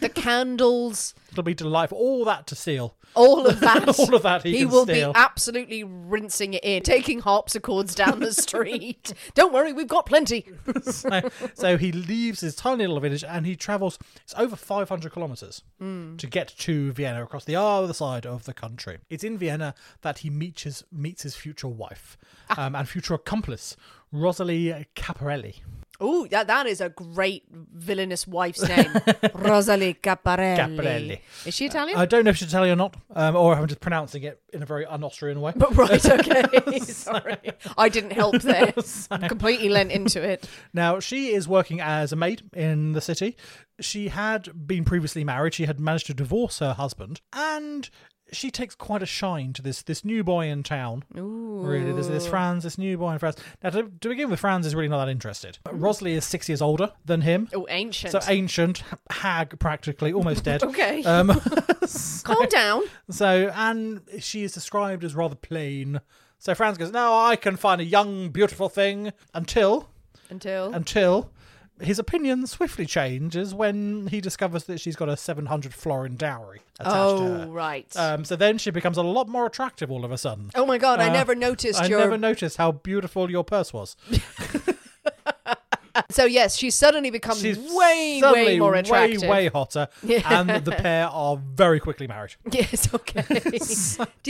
S2: the candles,
S3: it'll be delightful. All that
S2: *laughs*
S3: to seal.
S2: all of that.
S3: *laughs* All of that he can
S2: will
S3: steal.
S2: be absolutely rinsing it in, taking harpsichords down
S3: *laughs*
S2: the street. Don't worry, we've got plenty.
S3: so, so he leaves his tiny little village and he travels. It's over 500 kilometers
S2: Hmm.
S3: to get to Vienna across the other side of the country. It's in Vienna that he meets his meets his future wife
S2: Ah.
S3: um, and future accomplice, Rosalie Caparelli.
S2: Ooh, that, that is a great villainous wife's
S3: *laughs*
S2: name. Rosalie Caparelli.
S3: Caparelli. Uh,
S2: Is she Italian?
S3: I don't know if she's Italian or not, um, or if I'm just pronouncing it in a very un-Austrian way.
S2: but *laughs* right,
S3: *laughs*
S2: okay. Sorry. I didn't help there. Completely lent into it.
S3: Now, she is working as a maid in the city. She had been previously married. She had managed to divorce her husband, and she takes quite a shine to this this new boy in town. Really, there's this Franz, this new boy in Franz. Now, to, to begin with, Franz is really not that interested. Rosalie is six years older than him.
S2: Mm. Oh, ancient.
S3: So ancient, hag practically, almost dead.
S2: *laughs* Okay.
S3: Um, *laughs*
S2: Calm down.
S3: so, and she is described as rather plain. So Franz goes, "No, I can find a young, beautiful thing." Until
S2: Until.
S3: until his opinion swiftly changes when he discovers that she's got a 700 florin dowry attached to
S2: oh,
S3: her.
S2: right.
S3: Um, so then she becomes a lot more attractive all of a sudden.
S2: oh my God, I
S3: uh,
S2: never noticed
S3: I
S2: your.
S3: never noticed how beautiful your purse was.
S2: so, yes, she suddenly becomes
S3: She's
S2: way,
S3: suddenly
S2: way more attractive.
S3: way, way hotter, and the pair are very quickly married.
S2: *laughs* Yes,
S3: *laughs*
S2: okay. Do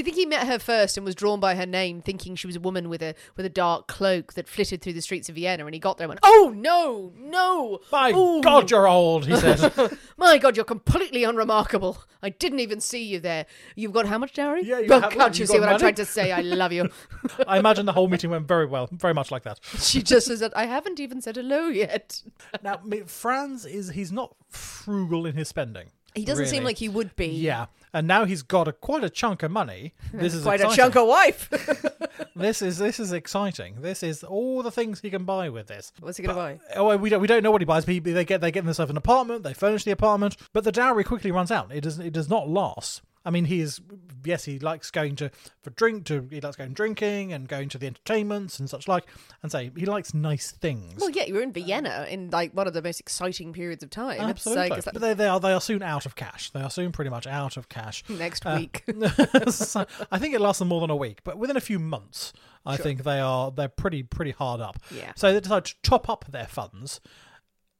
S2: you think he met her first and was drawn by her name, thinking she was a woman with a with a dark cloak that flitted through the streets of Vienna? And he got there and went, "Oh no, no!
S3: My
S2: Ooh,
S3: God, you're old," he
S2: *laughs*
S3: says.
S2: my God, you're completely unremarkable. I didn't even see you there. You've got how much dowry?
S3: Yeah, you
S2: Well,
S3: have-
S2: can't you,
S3: you
S2: see
S3: got
S2: what I'm
S3: money?
S2: trying to say?
S3: *laughs*
S2: I love you."
S3: I imagine the whole meeting went very well, very much
S2: *laughs*
S3: like that.
S2: she just says that I haven't even said hello yet.
S3: Now, me- Franz is—he's not frugal in his spending.
S2: He doesn't seem
S3: really.
S2: like he would be.
S3: Yeah, and now he's got a, quite a chunk
S2: *laughs*
S3: of money. This is
S2: Quite a
S3: exciting.
S2: chunk of wife. *laughs*
S3: This is this is exciting. This is all the things he can buy with this.
S2: What's he gonna buy?
S3: Oh, we don't we don't know what he buys. But he, they get they get themselves an apartment. They furnish the apartment, but the dowry quickly runs out. It does it does not last. I mean, he is yes, he likes going to for drink to he likes going drinking and going to the entertainments and such like, and say he likes nice things.
S2: Well, yeah, you were in Vienna in like one of the most exciting periods of time. It's like-
S3: Oh, Absolutely,
S2: it's like,
S3: but they, they are they are soon out of cash. They are soon pretty much out of cash.
S2: *laughs* next
S3: Uh,
S2: week.
S3: *laughs* so I think it lasts them more than a week, but within a few months, I think they are they're pretty pretty hard up.
S2: Yeah.
S3: So they decide to top up their funds.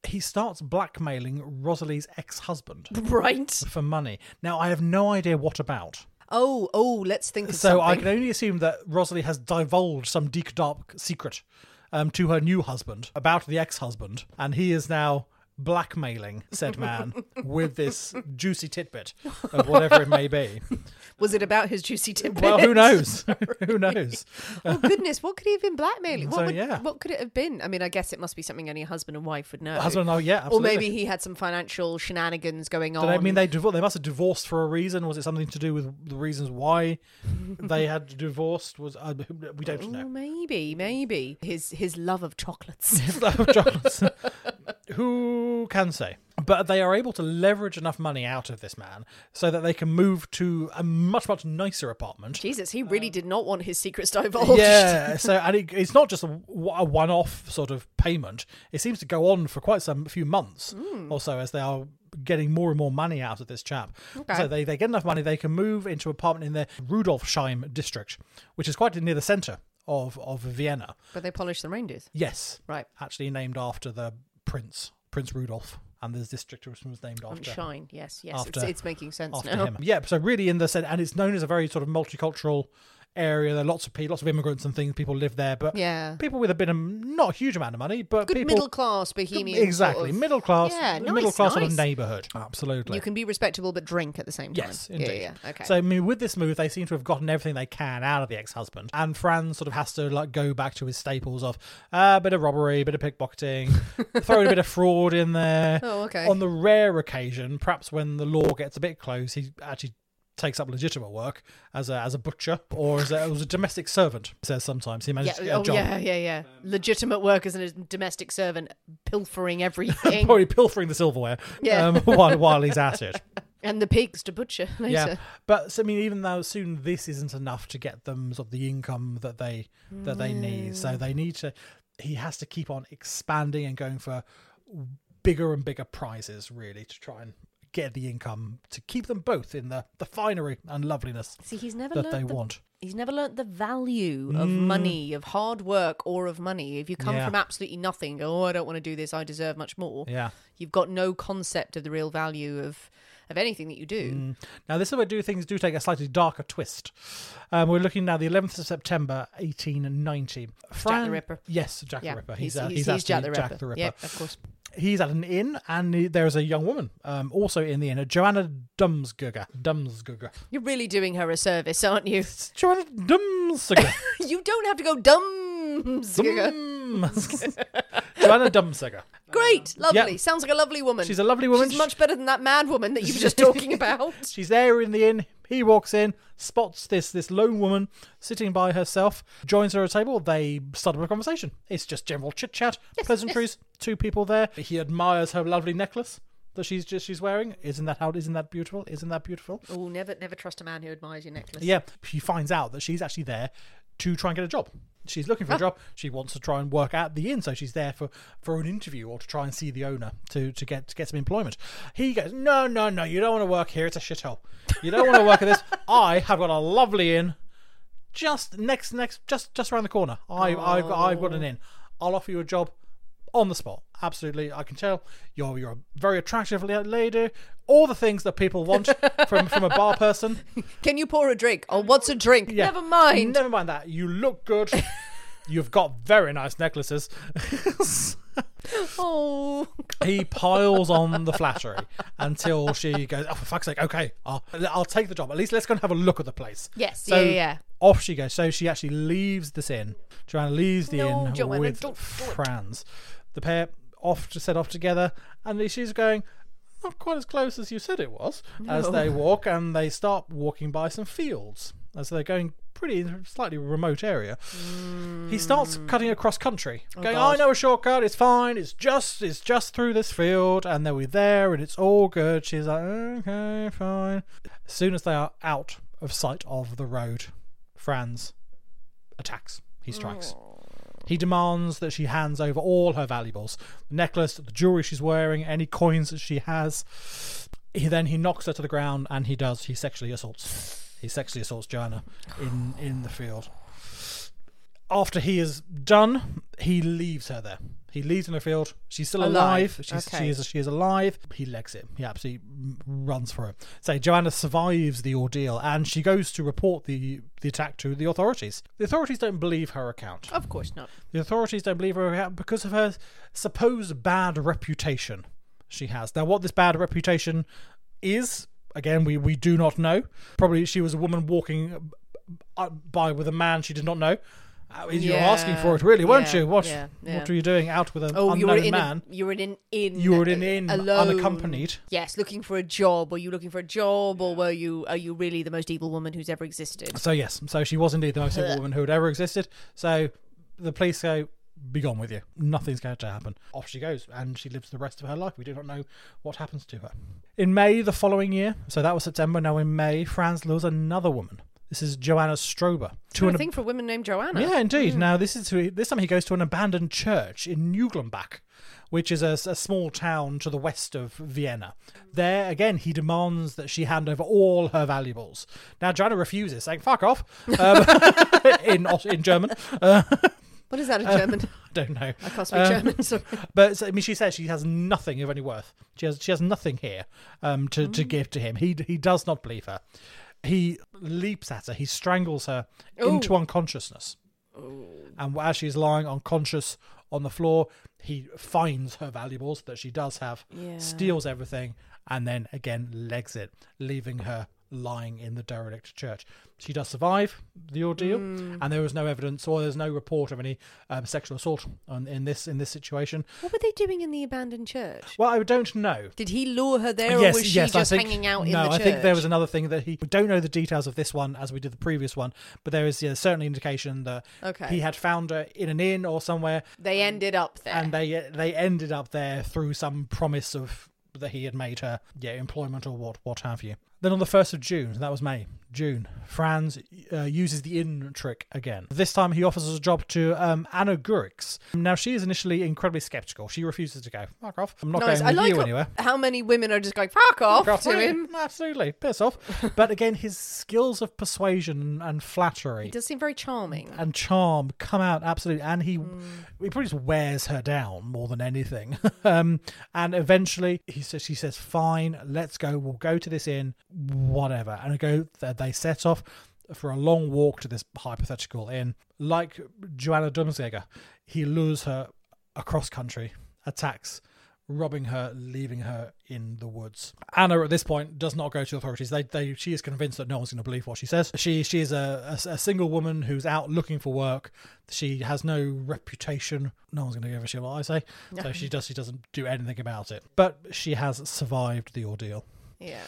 S3: He starts blackmailing Rosalie's
S2: *laughs*
S3: ex-husband
S2: right.
S3: for money. Now I have no idea what about.
S2: Oh, oh, let's think of
S3: So I
S2: something.
S3: can only assume that Rosalie has divulged some deep dark secret um, to her new husband about the ex-husband, and he is now blackmailing said man with this juicy tidbit of whatever it may be.
S2: Was it about his juicy tidbit?
S3: Well, who knows? *laughs* who knows?
S2: oh goodness, what could he have been blackmailing? What
S3: So,
S2: would,
S3: yeah.
S2: what could it have been? I mean, I guess it must be something only a husband and wife would know.
S3: Husband, oh yeah, absolutely.
S2: Or maybe he had some financial shenanigans going on.
S3: Did I mean they divor- They must have divorced for a reason. Was it something to do with the reasons why they had divorced? Was uh, we don't
S2: Oh,
S3: know.
S2: maybe, maybe his his love of chocolates. *laughs*
S3: *laughs* Johnson. Who can say? But they are able to leverage enough money out of this man so that they can move to a much much nicer apartment.
S2: Jesus, he really did not want his secrets divulged.
S3: Um, Yeah, so and it, it's not just a, w- a one-off sort of payment. It seems to go on for quite some a few months or so as they are getting more and more money out of this chap. So they, they get enough money they can move into an apartment in the Rudolfsheim district, which is quite near the center of of Vienna.
S2: But they polished the reindeers.
S3: Yes,
S2: Right.
S3: actually named after the prince, Prince Rudolf, and this district was was named
S2: On
S3: after
S2: shine. Yes, yes. it's,
S3: after-
S2: it's making sense
S3: after
S2: now.
S3: him. Yeah, so really in the sen- and it's known as a very sort of multicultural area. There are lots of people, lots of immigrants and things. People live there, but
S2: Yeah.
S3: people with a bit of not a huge amount of money, but
S2: Good
S3: people
S2: middle class bohemian. sort
S3: exactly
S2: of-
S3: middle class,
S2: Yeah, nice,
S3: middle class sort
S2: nice.
S3: of neighborhood. Absolutely.
S2: You can be respectable but drink at the same time.
S3: Yes,
S2: Yeah,
S3: indeed.
S2: Yeah, yeah. Okay.
S3: So I mean, with this move, they seem to have gotten everything they can out of the ex-husband, and Fran sort of has to like go back to his staples of uh, a bit of robbery, a bit of pickpocketing,
S2: *laughs*
S3: throwing a bit of fraud in there.
S2: Oh, okay.
S3: On the rare occasion, perhaps when the law gets a bit close, he actually takes up legitimate work as a as a butcher or as a, as a domestic servant. He Says sometimes he
S2: yeah,
S3: manages to get a
S2: oh,
S3: job.
S2: yeah, yeah, yeah. Legitimate workers and a domestic servant
S3: *laughs*
S2: pilfering everything
S3: Probably pilfering the silverware
S2: Yeah.
S3: um, *laughs* while, while he's at it.
S2: and the pigs to butcher *laughs* later.
S3: Yeah, but so, I mean, even though soon this isn't enough to get them sort of the income that they that they need, so they need to. He has to keep on expanding and going for bigger and bigger prizes, really, to try and get the income to keep them both in the the finery and loveliness
S2: See, he's never
S3: that they
S2: learned the,
S3: want. Mm.
S2: he's never learnt the value of money, of hard work, or of money. If you come
S3: Yeah.
S2: from absolutely nothing, go, oh, I don't want to do this. I deserve much more.
S3: Yeah.
S2: You've got no concept of the real value of of anything that you do.
S3: Now, this is where do things do take a slightly darker twist. Um, we're looking now the 11th of September, 1890. Fran-
S2: Ripper.
S3: Yes, Jack
S2: Yeah,
S3: the Ripper.
S2: he's,
S3: He's, uh,
S2: he's,
S3: he's,
S2: he's Jack the
S3: actually
S2: Ripper.
S3: Jack the Ripper.
S2: Yeah, of course.
S3: he's at an inn and he- there is a young woman um, also in the inn, a Joanna Dumsgugger. Dumsgugger.
S2: You're really doing her a service, aren't you? *laughs*
S3: Joanna Dumsgugger.
S2: you don't have to go dumb.
S3: Mm.
S2: Zigga.
S3: Joanna Dumsgugger.
S2: *laughs* Great, lovely. Sounds like a lovely woman.
S3: She's a lovely woman.
S2: She's much better than that mad woman that you were
S3: *laughs*
S2: just talking about.
S3: She's there in the inn. He walks in, spots this this lone woman sitting by herself, joins her at a table. They start up a conversation. It's just general
S2: *laughs*
S3: chit chat, pleasantries. Two people there. He admires her lovely necklace that she's just she's wearing. Isn't that how? Isn't that beautiful? Isn't that beautiful?
S2: Oh, never, never trust a man who admires your necklace.
S3: Yeah, she finds out that she's actually there to try and get a job. She's looking for a job. She wants to try and work at the inn, so she's there for, for an interview or to try and see the owner to, to get to get some employment. He goes, no, no, no, you don't want to work here. It's a shithole. You don't want to work at this. I have got a lovely inn, just next next just just around the corner. I I've got, I've got an inn. I'll offer you a job on the spot. Absolutely, I can tell you're you're a very attractive la- lady. All the things that people want from from a bar person.
S2: Can you pour a drink? Oh, what's a drink?
S3: Yeah.
S2: Never mind.
S3: Never mind that. You
S2: *laughs*
S3: look good. You've got very nice necklaces.
S2: Oh,
S3: he piles on the flattery until she goes, "Oh, for fuck's sake! Okay, I'll, I'll take the job. At least let's go and have a look at the place."
S2: Yes, yeah, yeah, yeah.
S3: Off she goes. So she actually leaves this inn. Joanna leaves the
S2: No,
S3: inn
S2: Joanna,
S3: with
S2: don't do it.
S3: Franz. The pair off to set off together, and she's going. not quite as close as you said it was, as they walk and they start walking by some fields. As they're going pretty in a slightly remote area. He starts
S2: Mm.
S3: cutting across country.
S2: Oh,
S3: going, I know a shortcut, it's fine, it's just it's just through this field, and then we're there and it's all good. She's like, Okay, fine. As soon as they are out of sight of the road, Franz attacks. He strikes.
S2: Oh.
S3: He demands that she hands over all her valuables the necklace, the jewelry she's wearing, any coins that she has. He then he knocks her to the ground and he does he sexually assaults he sexually assaults Joanna in in the field. After he is done, he leaves her there. He leaves in the field. She's still alive.
S2: Alive,
S3: She's,
S2: okay.
S3: She is she is alive. He legs it. He absolutely m- runs for it. So Joanna survives the ordeal and she goes to report the the attack to the authorities. The authorities don't believe her account.
S2: Of course not.
S3: The authorities don't believe her account because of her supposed bad reputation she has. Now, what this bad reputation is, again, we, we do not know. Probably she was a woman walking uh, by with a man she did not know. Uh, you were
S2: Yeah,
S3: asking for it, really, weren't
S2: yeah,
S3: you? What
S2: yeah, yeah.
S3: what were you doing out with an
S2: Oh, you were
S3: unknown
S2: in
S3: man?
S2: A, you were in an inn.
S3: You were in an inn,
S2: alone.
S3: unaccompanied.
S2: Yes, looking for a job. Were you looking for a job, or were you? Are you really the most evil woman who's ever existed?
S3: So yes, so she was indeed the most evil woman who had ever existed. So the police go, "Be gone with you. Nothing's going to happen." Off she goes, and she lives the rest of her life. We do not know what happens to her. In May the following year, so that was September. Now in May, Franz lures another woman. This is Joanna Strober. To
S2: Got
S3: an
S2: a thing for a woman named Joanna.
S3: yeah, indeed. Now this is who, this time he goes to an abandoned church in Nuglenbach, which is a, s- a small town to the west of Vienna. There again, he demands that she hand over all her valuables. Now Joanna refuses, saying "fuck off" um, *laughs* in Aus- in German. Uh,
S2: What is that in German?
S3: I don't know.
S2: I can't speak
S3: Um,
S2: German.
S3: *laughs*
S2: Sorry.
S3: But so, I mean, she says she has nothing of any worth. She has she has nothing here um, to to give to him. He he does not believe her. He leaps at her. He strangles her into unconsciousness. And as she's lying unconscious on the floor, he finds her valuables that she does have, steals everything, and then again legs it, leaving her lying in the derelict church. She does survive the ordeal, and there was no evidence or there's no report of any um, sexual assault on, in this in this situation.
S2: What were they doing in the abandoned church?
S3: Well, I don't know.
S2: Did he lure her there, or was she just hanging out in
S3: no,
S2: the church?
S3: I think there was another thing that he we don't know the details of this one as we did the previous one, but there is yeah, certainly indication that
S2: Okay.
S3: he had found her in an inn or somewhere,
S2: They ended up there.
S3: and they they ended up there through some promise of that he had made her yeah employment or what what have you. Then on the first of June, that was May. June, Franz uh, uses the inn trick again. This time he offers us a job to um, Anna Gurix. Now she is initially incredibly skeptical. She refuses to go. Fuck off! I'm not
S2: nice.
S3: going
S2: I
S3: with
S2: like
S3: you
S2: how-
S3: anywhere.
S2: how many women are just going fuck off
S3: Got
S2: to
S3: it.
S2: him.
S3: Absolutely. Piss off. But again, his skills of persuasion and flattery
S2: He does seem very charming.
S3: and charm come out absolutely. And he,
S2: Hmm.
S3: he probably just wears her down more than anything. *laughs* um, and eventually, he says, she says, "Fine, let's go. We'll go to this inn, whatever." And they go. they- They set off for a long walk to this hypothetical inn. Like Joanna Dumsegger, he lures her across country, attacks robbing her, leaving her in the woods. Anna at this point does not go to the authorities. They, they she is convinced that no one's going to believe what she says. She she is a, a, a single woman who's out looking for work. She has no reputation. No one's going to give a shit what I say. So she does she doesn't do anything about it. But she has survived the ordeal.
S2: yeah.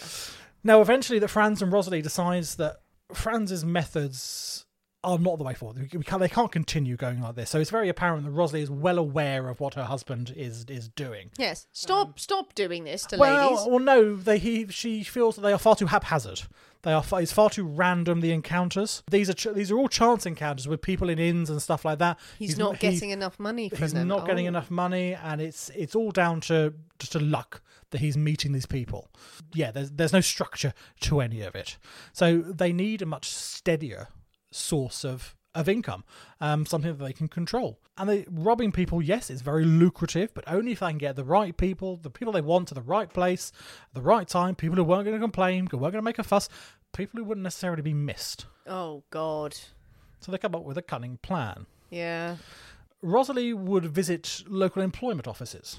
S3: Now, eventually, that Franz and Rosalie decides that Franz's methods are not the way forward. We can't, they can't continue going like this. So it's very apparent that Rosalie is well aware of what her husband is is doing.
S2: Yes. Stop. stop doing this to
S3: Um, Well,
S2: ladies.
S3: well, no, they, he she feels that they are far too haphazard. They are far, it's far too random the encounters. These are ch- these are all chance encounters with people in inns and stuff like that.
S2: He's, not
S3: he-
S2: getting enough money. From
S3: He's
S2: them.
S3: not getting
S2: Oh.
S3: enough money, and it's it's all down to just to luck that he's meeting these people. Yeah, there's there's no structure to any of it, so they need a much steadier source of of income, um, something that they can control. And they robbing people, yes, is very lucrative, but only if they can get the right people, the people they want, to the right place, at the right time. People who weren't going to complain, who weren't going to make a fuss, people who wouldn't necessarily be missed.
S2: Oh God.
S3: So they come up with a cunning plan.
S2: Yeah.
S3: Rosalie would visit local employment offices.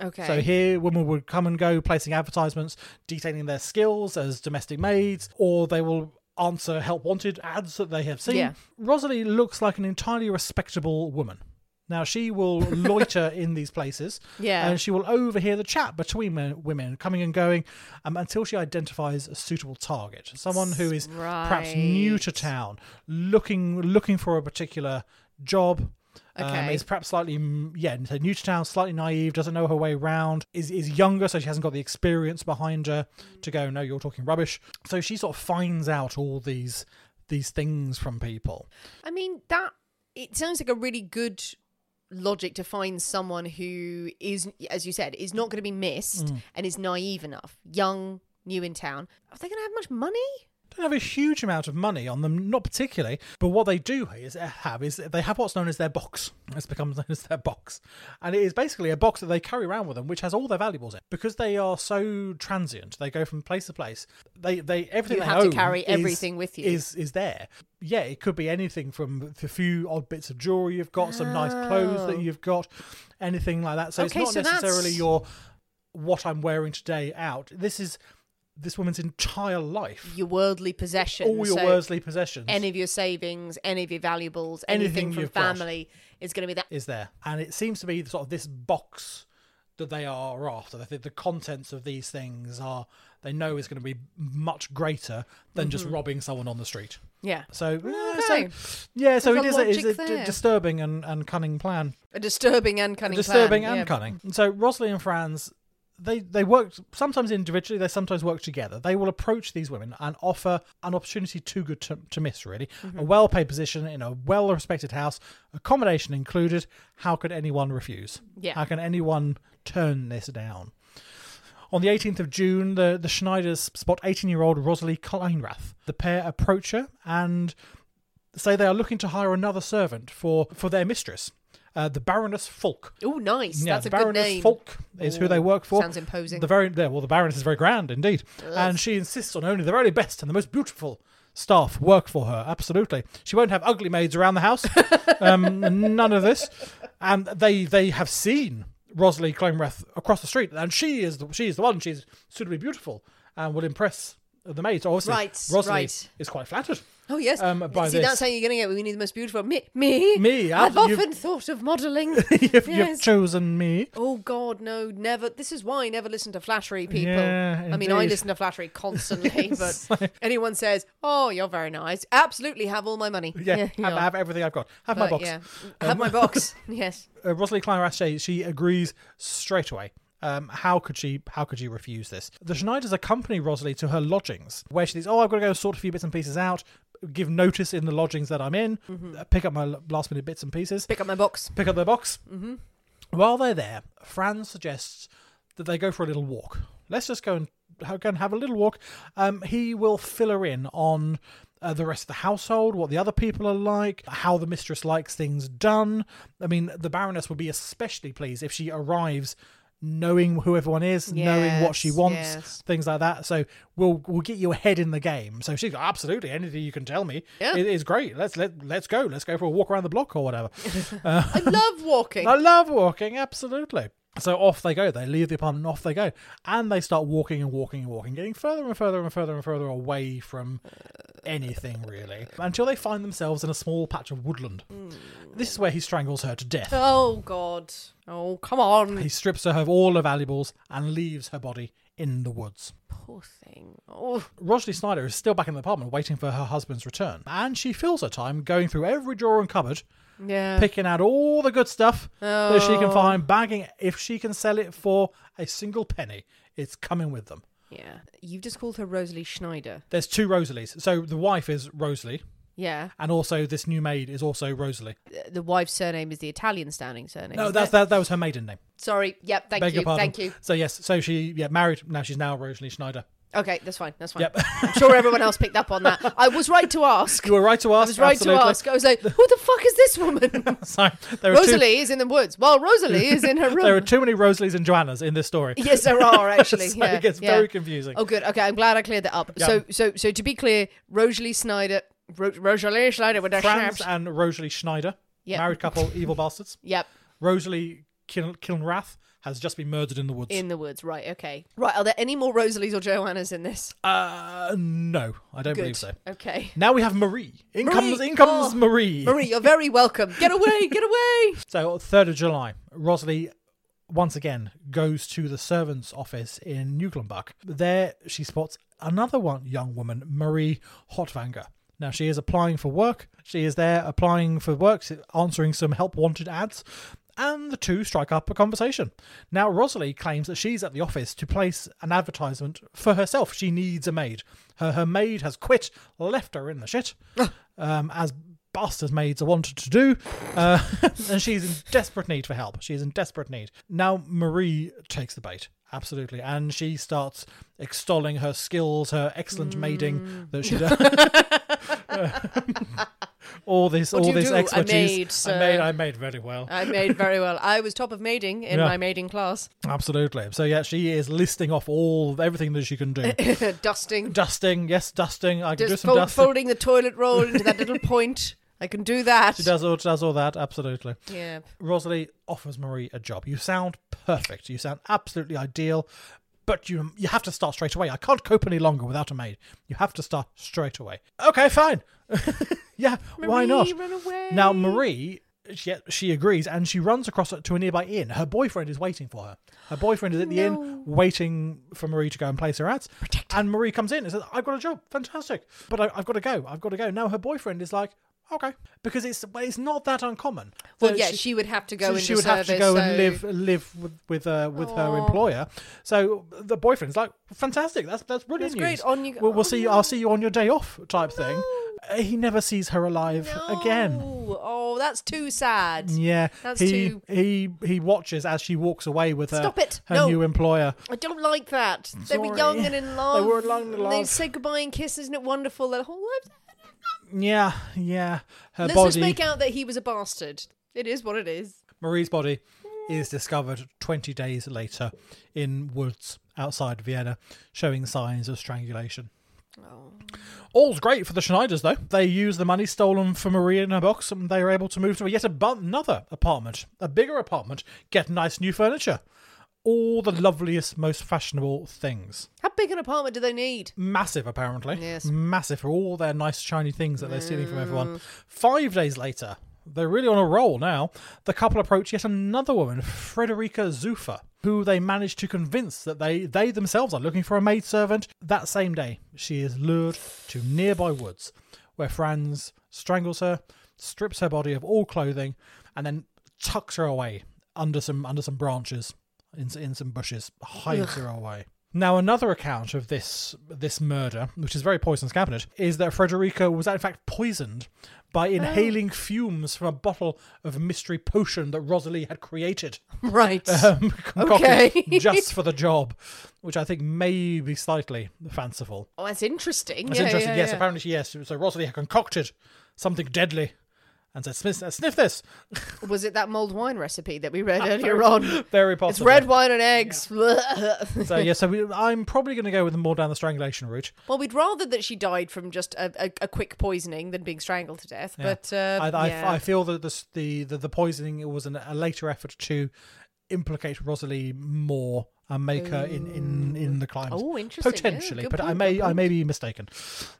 S2: Okay.
S3: So here, women would come and go, placing advertisements detailing their skills as domestic maids, or they will answer help wanted ads that they have seen.
S2: Yeah.
S3: Rosalie looks like an entirely respectable woman. Now she
S2: *laughs*
S3: will loiter in these places,
S2: Yeah.
S3: and she will overhear the chat between men, women coming and going um, until she identifies a suitable target, someone who is perhaps new to town, looking looking for a particular job. um,
S2: Okay.
S3: is perhaps slightly mm, yeah so new to town, slightly naive, doesn't know her way round, is is younger, so she hasn't got the experience behind her to go. No, you're talking rubbish. So she sort of finds out all these these things from people.
S2: I mean, that it sounds like a really good logic to find someone who is, as you said, is not going to be missed
S3: Mm.
S2: and is naive enough, young, new in town. Are they going to have much money?
S3: don't have a huge amount of money on them, not particularly. But what they do is uh, have is they have what's known as their box. It's become *laughs* known as their box, and it is basically a box that they carry around with them, which has all their valuables in. Because they are so transient, they go from place to place. They they everything
S2: You
S3: they
S2: have to
S3: own
S2: carry
S3: is-
S2: everything with you.
S3: Is is there? Yeah, it could be anything from a few odd bits of jewelry you've got, some nice clothes that
S2: Oh.
S3: you've got, anything like that. So
S2: Okay,
S3: it's not
S2: so that's-
S3: necessarily your what I'm wearing today out. This is this woman's entire life
S2: Your worldly possessions.
S3: all your
S2: so
S3: worldly possessions
S2: Any of your savings, any of your valuables,
S3: Anything
S2: anything, from
S3: you've got.
S2: family is going to be that.
S3: is there and it seems to be sort of this box that they are after the, the contents of these things are they know is going to be much greater than just robbing someone on the street
S2: Yeah.
S3: so, yeah,
S2: Mm-hmm. Oh, Okay.
S3: so yeah so it
S2: There's a
S3: is a, is
S2: logic
S3: a d-
S2: there.
S3: disturbing and, and cunning plan
S2: A disturbing and cunning plan,
S3: disturbing and
S2: yeah.
S3: cunning. And So Rosalie and Franz, they they work sometimes individually. They sometimes work together. They will approach these women and offer an opportunity too good to, to miss. Really,
S2: Mm-hmm.
S3: a well-paid position in a well-respected house, accommodation included. How could anyone refuse?
S2: Yeah.
S3: How can anyone turn this down? On the 18th of June, the, the Schneiders spot 18 year old Rosalie Kleinrath. The pair approach her and say they are looking to hire another servant for, for their mistress, uh, the Baroness Fulk.
S2: Oh, nice.
S3: Yeah,
S2: That's
S3: the
S2: a
S3: Baroness
S2: good name.
S3: Folk is who they work for.
S2: sounds imposing.
S3: The very yeah, well, the Baroness is very grand indeed, and she insists on only the very best and the most beautiful staff work for her. Absolutely, she won't have ugly maids around
S2: *laughs*
S3: the house. um, none of this. And they they have seen Rosalie Kleinrath across the street, and she is the, she is the one. She's suitably beautiful and will impress the maids. Obviously,
S2: Right,
S3: Rosalie
S2: right.
S3: is quite flattered.
S2: Oh yes.
S3: um, by
S2: See,
S3: this.
S2: that's how you're going to get. We need the most beautiful. Me, me, *laughs*
S3: Me,
S2: I've
S3: I've- you've-
S2: often thought of modelling.
S3: If *laughs* you've
S2: Yes.
S3: chosen me.
S2: Oh God, no, never. This is why I never listen to flattery people.
S3: Yeah,
S2: I mean, I
S3: indeed.
S2: listen to
S3: *laughs*
S2: flattery constantly, but anyone says, "Oh, you're very nice," absolutely have all my money.
S3: Yeah, have,
S2: *laughs* you are.
S3: have everything I've got. Have my
S2: But,
S3: box. Um,
S2: Yeah. Have my
S3: *laughs*
S2: box. *laughs* Yes.
S3: uh, Rosalie Klein Rache, she agrees straight away. Um, how could she? How could she refuse this? The Schneiders accompany Rosalie to her lodgings, where she thinks, "Oh, I've got to go sort a few bits and pieces out, give notice in the lodgings that I'm in, uh, pick up my l- last minute bits and pieces,
S2: Pick up my box.
S3: pick up their box." Mm-hmm. While they're there, Franz suggests that they go for a little walk. Let's just go and ha- go and have a little walk. Um, he will fill her in on uh, the rest of the household, what the other people are like, how the mistress likes things done. I mean, the Baroness will be especially pleased if she arrives knowing who everyone is, knowing what she
S2: Yes,
S3: wants,
S2: yes.
S3: things like that. So we'll we'll get you ahead in the game. So she's like, absolutely anything you can tell me
S2: Yeah.
S3: is, is great. Let's let let's go. Let's go for a walk around the block or whatever. *laughs*
S2: I love walking.
S3: I love walking, absolutely. So off they go. They leave the apartment and off they go. And they start walking and walking and walking, getting further and further and further and further away from anything, really, until they find themselves in a small patch of woodland. This is where he strangles her to death.
S2: *laughs* Oh God. Oh come on.
S3: He strips her of all her valuables and leaves her body in the woods.
S2: Poor thing. Oh.
S3: Rosalie Snyder is still back in the apartment waiting for her husband's return. And she fills her time going through every drawer and cupboard
S2: Yeah. Oh.
S3: picking out all the good stuff that she can find, bagging if she can sell it for a single penny, it's coming with them.
S2: Yeah. You've just called her Rosalie Schneider.
S3: There's two Rosalies. So the wife is Rosalie,
S2: Yeah.
S3: and also this new maid is also Rosalie.
S2: The wife's surname is the Italian standing surname.
S3: No,
S2: isn't
S3: that's
S2: it?
S3: that, that was her maiden name.
S2: Sorry. Yep. Thank
S3: Beg
S2: you.
S3: your pardon.
S2: Thank you.
S3: So yes, so she yeah married. Now she's now Rosalie Schneider.
S2: Okay, that's fine. That's fine.
S3: Yep. *laughs*
S2: I'm sure everyone else picked up on that. I was right to ask.
S3: You were right to ask.
S2: I was right to
S3: absolutely. *laughs*
S2: ask. I was like, who the fuck is this woman?
S3: Sorry, *laughs* there are two.
S2: Rosalie is in the woods. Well, Rosalie is in her room.
S3: There are too many Rosalies and Joannas in this story.
S2: *laughs* yes, there
S3: *laughs*
S2: are actually.
S3: So
S2: yeah,
S3: it gets
S2: yeah.
S3: very confusing.
S2: Oh, good. Okay, I'm glad I cleared that up.
S3: Yeah.
S2: So, so, so to be clear, Rosalie Snyder, Ro- Rosalie Snyder with her
S3: Franz
S2: snaps.
S3: and Rosalie Schneider,
S2: Yep.
S3: married couple, evil bastards.
S2: Yep.
S3: Rosalie Kiln- Kilnrath has just been murdered in the woods.
S2: In the woods, right? Okay, right. Are there any more Rosalie's or Joannas in this?
S3: uh, no, I don't believe so.
S2: Okay,
S3: Now we have Marie. In comes,
S2: Marie!
S3: in comes
S2: Oh,
S3: Marie.
S2: Marie, you're very welcome. Get away, get away.
S3: So, 3rd of July, Rosalie once again goes to the servants' office in Newclenbuck. There, she spots another one young woman, Marie Hotvanger. Now, she is applying for work. She is there applying for work, s- answering some help wanted ads, and the two strike up a conversation. Now, Rosalie claims that she's at the office to place an advertisement for herself. She needs a maid. Her, her maid has quit, left her in the shit, um, as bastards maids are wanted to do. Uh, *laughs* and she's in desperate need for help. She's in desperate need. Now, Marie takes the bait. Absolutely. And she starts extolling her skills, her excellent
S2: Mm.
S3: maiding that
S2: *laughs*
S3: she does. *laughs* all this,
S2: What do
S3: all
S2: you
S3: this
S2: do? I
S3: expertise.
S2: made,
S3: I
S2: sir.
S3: made, I made very well.
S2: *laughs* I made very well. I was top of maiding in
S3: Yeah.
S2: my maiding class. *laughs*
S3: Absolutely. So yeah, she is listing off all everything that she can
S2: *laughs*
S3: do.
S2: Dusting,
S3: dusting, yes, dusting. I can do
S2: just
S3: some
S2: fold-
S3: dusting.
S2: folding the toilet roll into that
S3: *laughs*
S2: little point. I can do that.
S3: She does all, does all that. Absolutely.
S2: Yeah.
S3: Rosalie offers Marie a job. You sound perfect. You sound absolutely ideal, but you you have to start straight away. I can't cope any longer without a maid. You have to start straight away. Okay, fine. *laughs* yeah, why not?
S2: Marie, run away.
S3: Now Marie, she, she agrees and she runs across to a nearby inn. Her boyfriend is waiting for her. Her boyfriend is at the inn waiting for Marie to go and place her ads. And Marie comes in and says, "I've got a job, fantastic, but I, I've got to go. I've got to go." Now her boyfriend is like. Okay, because it's well, it's not that uncommon.
S2: Well,
S3: So
S2: yeah, she, would have to go
S3: so
S2: into
S3: she would
S2: service.
S3: have to go
S2: so-
S3: and live live with with, uh, with her employer. So the boyfriend's like, fantastic, that's that's brilliant
S2: That's great,
S3: news.
S2: on you go."
S3: We'll, we'll
S2: Oh,
S3: see.
S2: no.
S3: I'll see you on your day off, type thing. Uh, He never sees her alive again.
S2: No. Oh, that's too sad.
S3: Yeah,
S2: That's
S3: he
S2: too-
S3: he he watches as she walks away with her
S2: Stop it.
S3: her
S2: No.
S3: new employer.
S2: I don't like that. They were
S3: Sorry.
S2: young and
S3: They
S2: in love.
S3: were young and in
S2: They
S3: love.
S2: said goodbye and kissed. Isn't it wonderful? Their whole life.
S3: Yeah, yeah. Her
S2: Let's
S3: body,
S2: just make out that he was a bastard. It is what it is.
S3: Marie's body, is discovered twenty days later in woods outside Vienna, showing signs of strangulation.
S2: Oh.
S3: All's great for the Schneiders, though. They use the money stolen from Maria in her box, and they are able to move to yet ab- another apartment, a bigger apartment, get nice new furniture, all the loveliest, most fashionable things.
S2: How big an apartment do they
S3: *laughs*
S2: need?
S3: Massive, apparently.
S2: Yes.
S3: Massive for all their nice, shiny things that they're stealing from everyone. Five days later, they're really on a roll now. The couple approach yet another woman, Frederica Zuffa, who they manage to convince that they, they themselves are looking for a maidservant. That same day, she is lured to nearby woods, where Franz strangles her, strips her body of all clothing, and then tucks her away under some under some branches in, in some bushes, hides her away. Now, another account of this this murder, which is very poisonous cabinet, is that Frederica was in fact poisoned
S2: Oh.
S3: by inhaling fumes from a bottle of mystery potion that Rosalie
S2: *laughs*
S3: had created,
S2: Right.
S3: um, *laughs* concocted
S2: Okay.
S3: just for the job, which I think may be slightly fanciful.
S2: oh, that's interesting.
S3: That's
S2: yeah,
S3: interesting.
S2: yeah,
S3: yes,
S2: yeah.
S3: apparently, yes. So Rosalie had concocted something deadly and said, "Sniff, sniff this."
S2: Was it that mulled wine recipe that we read earlier
S3: *laughs*
S2: on?
S3: Very
S2: It's
S3: possible.
S2: red wine and eggs.
S3: So yeah, so we, I'm probably going to go with more down the strangulation route.
S2: well, we'd rather that she died from just a, a, a quick poisoning than being strangled to death. But uh,
S3: I, I,
S2: yeah.
S3: I feel that the s- the the, the poisoning was an, a later effort to implicate Rosalie more and make her in, in, in the climax.
S2: Oh, interesting. Yeah,
S3: Potentially,
S2: good
S3: but I
S2: point,
S3: may
S2: good
S3: I may
S2: point.
S3: be mistaken.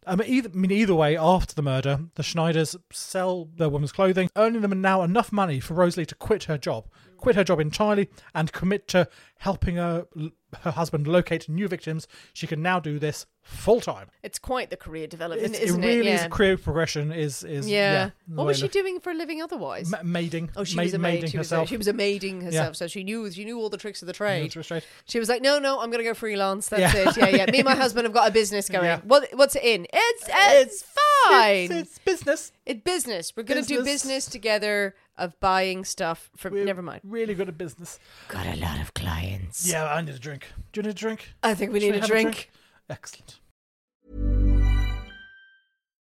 S3: I mean, either, I mean, either way, after the murder, the Schneiders sell their woman's clothing, earning them now enough money for Rosalie to quit her job, quit her job entirely, and commit to helping her her husband locate new victims. She can now do this full time.
S2: It's quite the career development,
S3: It's- It
S2: isn't
S3: really
S2: yeah.
S3: is career progression. Is is
S2: Yeah.
S3: yeah. the
S2: What
S3: way
S2: was
S3: it
S2: she
S3: looks.
S2: doing for a living otherwise?
S3: Ma- maiding.
S2: oh, she
S3: Ma-
S2: was a maid.
S3: maiding
S2: She was a,
S3: herself.
S2: she was a maiding herself, so she knew she knew all the tricks of the trade.
S3: That's right.
S2: She was like, no, no, I'm gonna go freelance. That's
S3: Yeah.
S2: it. Yeah, yeah.
S3: *laughs*
S2: Me and my husband have got a business going.
S3: Yeah.
S2: What what's it in? It's it's, fine. It's,
S3: It's, it's business.
S2: business. We're gonna do
S3: Business.
S2: business together of buying stuff from.
S3: We're
S2: never mind.
S3: Really good at business.
S2: Got a lot of clients.
S3: Yeah, I need a drink. Do you need a drink?
S2: I think we
S3: Should
S2: need a
S3: have
S2: drink.
S3: Excellent.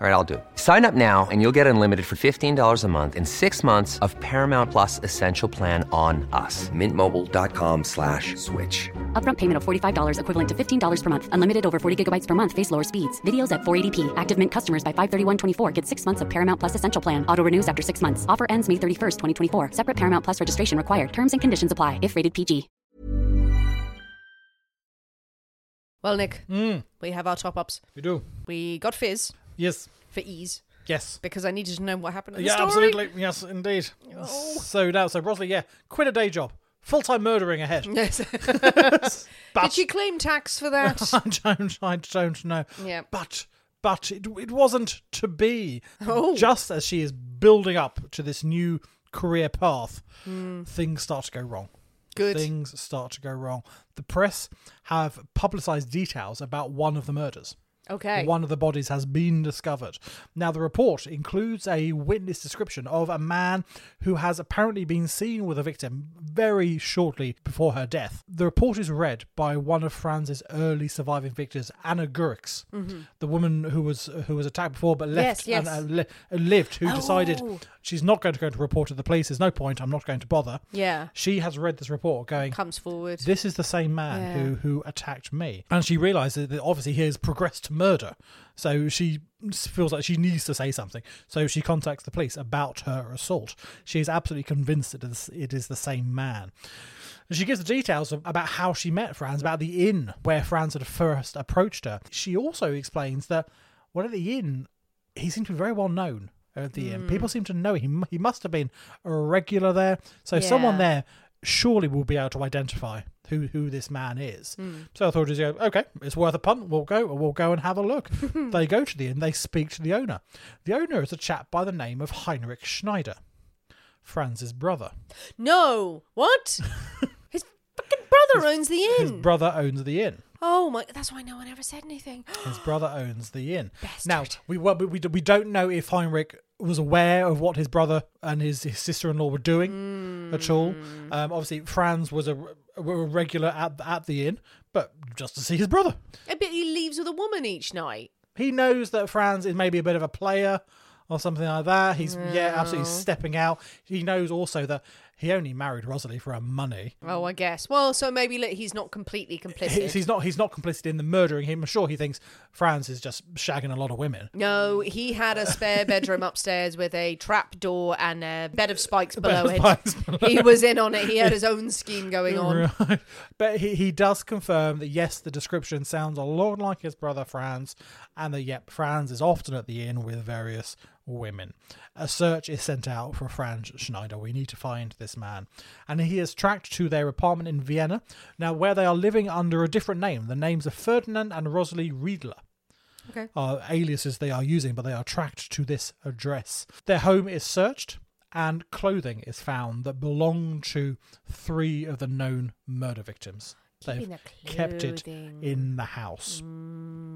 S4: All right, I'll do it. Sign up now and you'll get unlimited for $15 a month in six months of Paramount Plus Essential Plan on us. Mintmobile.com slash switch.
S5: Upfront payment of $45 equivalent to $15 per month. Unlimited over 40 gigabytes per month. Face lower speeds. Videos at 480p. Active Mint customers by 531.24 get six months of Paramount Plus Essential Plan. Auto renews after six months. Offer ends May 31st, 2024. Separate Paramount Plus registration required. Terms and conditions apply if rated PG.
S2: Well, Nick,
S3: Mm,
S2: we have our top ups.
S3: we do.
S2: We got Fizz
S3: Yes.
S2: for ease
S3: Yes.
S2: because I needed to know what happened in the
S3: Yeah,
S2: story. Oh.
S3: absolutely. Yes, indeed. So now, so Rosalie, yeah, quit a day job, full time murdering ahead.
S2: *laughs*
S3: *laughs*
S2: Yes. Did she claim tax for that?
S3: *laughs* I don't, I don't know.
S2: Yeah.
S3: But but it, it wasn't to be.
S2: Oh.
S3: Just as she is building up to this new career path, things start to go wrong.
S2: Hmm. Good.
S3: Things start to go wrong. The press have publicised details about one of the murders.
S2: Okay.
S3: One of the bodies has been discovered. Now, the report includes a witness description of a man who has apparently been seen with a victim very shortly before her death. The report is read by one of France's early surviving victims, Anna Gurix, the woman who was who was attacked before but left
S2: Mm-hmm. Yes, yes.
S3: and uh, li- lived, who decided
S2: Oh.
S3: she's not going to go to report to the police. There's no point. I'm not going to bother.
S2: Yeah.
S3: She has read this report, going,
S2: Comes forward.
S3: this is the same man
S2: Yeah.
S3: who who attacked me and she realizes that obviously he has progressed to murder so she feels like she needs to say something so she contacts the police about her assault she is absolutely convinced that it is, it is the same man she gives the details of, about how she met franz about the inn where franz had first approached her she also explains that well at the inn he seemed to be very well known at the inn people seem to know him he must have been a regular there so someone
S2: Yeah.
S3: there surely will be able to identify who, who this man is. So authorities go, okay, it's worth a punt. We'll go. We'll go and have a look. they go to the inn. They speak to the owner. The owner is a chap by the name of Heinrich Schneider, Franz's brother.
S2: No. *laughs* What? His fucking brother owns the
S3: His
S2: inn.
S3: brother owns the inn.
S2: oh my! That's why no one ever said anything. *gasps*
S3: His brother owns the inn. Now
S2: Bastard.
S3: we well, we we we don't know if Heinrich was aware of what his brother and his, his sister-in-law were doing at all. Um, obviously, Franz was a, a regular at at the inn, but just to see his brother.
S2: I bet he leaves with a woman each night.
S3: he knows that Franz is maybe a bit of a player or something like that. He's yeah, absolutely stepping out. He knows also that he only married Rosalie for her money.
S2: Oh, I guess. Well, so maybe like, he's not completely complicit.
S3: He's, he's not he's not complicit in the murdering him. I'm sure he thinks Franz is just shagging a lot of women.
S2: no, he had a spare bedroom upstairs with a trap door and a bed of spikes
S3: Bed
S2: below
S3: of
S2: it.
S3: spikes below
S2: He was in on it. He had his own scheme
S3: *laughs*
S2: going on.
S3: Right. But he, he does confirm that yes, the description sounds a lot like his brother Franz, and that yep, Franz is often at the inn with various women. A search is sent out for Franz Schneider. We need to find this man. And he is tracked to their apartment in Vienna, now where they are living under a different name. The names of Ferdinand and Rosalie Riedler
S2: Okay.
S3: are aliases they are using, but they are tracked to this address. Their home is searched and clothing is found that belonged to three of the known murder victims.
S2: Keeping
S3: They've
S2: the
S3: kept it
S2: clothing. Mm.
S3: in the house.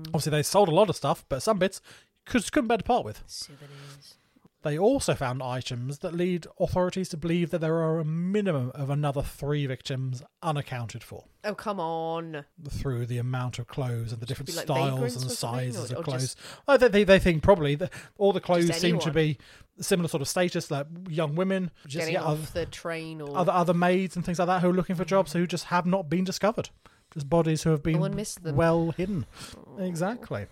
S3: Obviously, they sold a lot of stuff, but some bits could, couldn't bear to part with.
S2: Souvenirs.
S3: They also found items that lead authorities to believe that there are a minimum of another three victims unaccounted for
S2: Oh, come on.
S3: through the amount of clothes and the different
S2: be like
S3: styles
S2: vagrants
S3: and
S2: or something, or-
S3: sizes of
S2: or
S3: clothes.
S2: just-
S3: Oh, they, they, they think probably that all the clothes seem to
S2: anyone.
S3: be similar sort of status, like young women, just
S2: Getting
S3: yeah,
S2: off
S3: other,
S2: the train or
S3: other other maids and things like that who are looking for jobs who just have not been discovered. Just bodies who have been
S2: one missed them. Oh.
S3: well hidden. Exactly.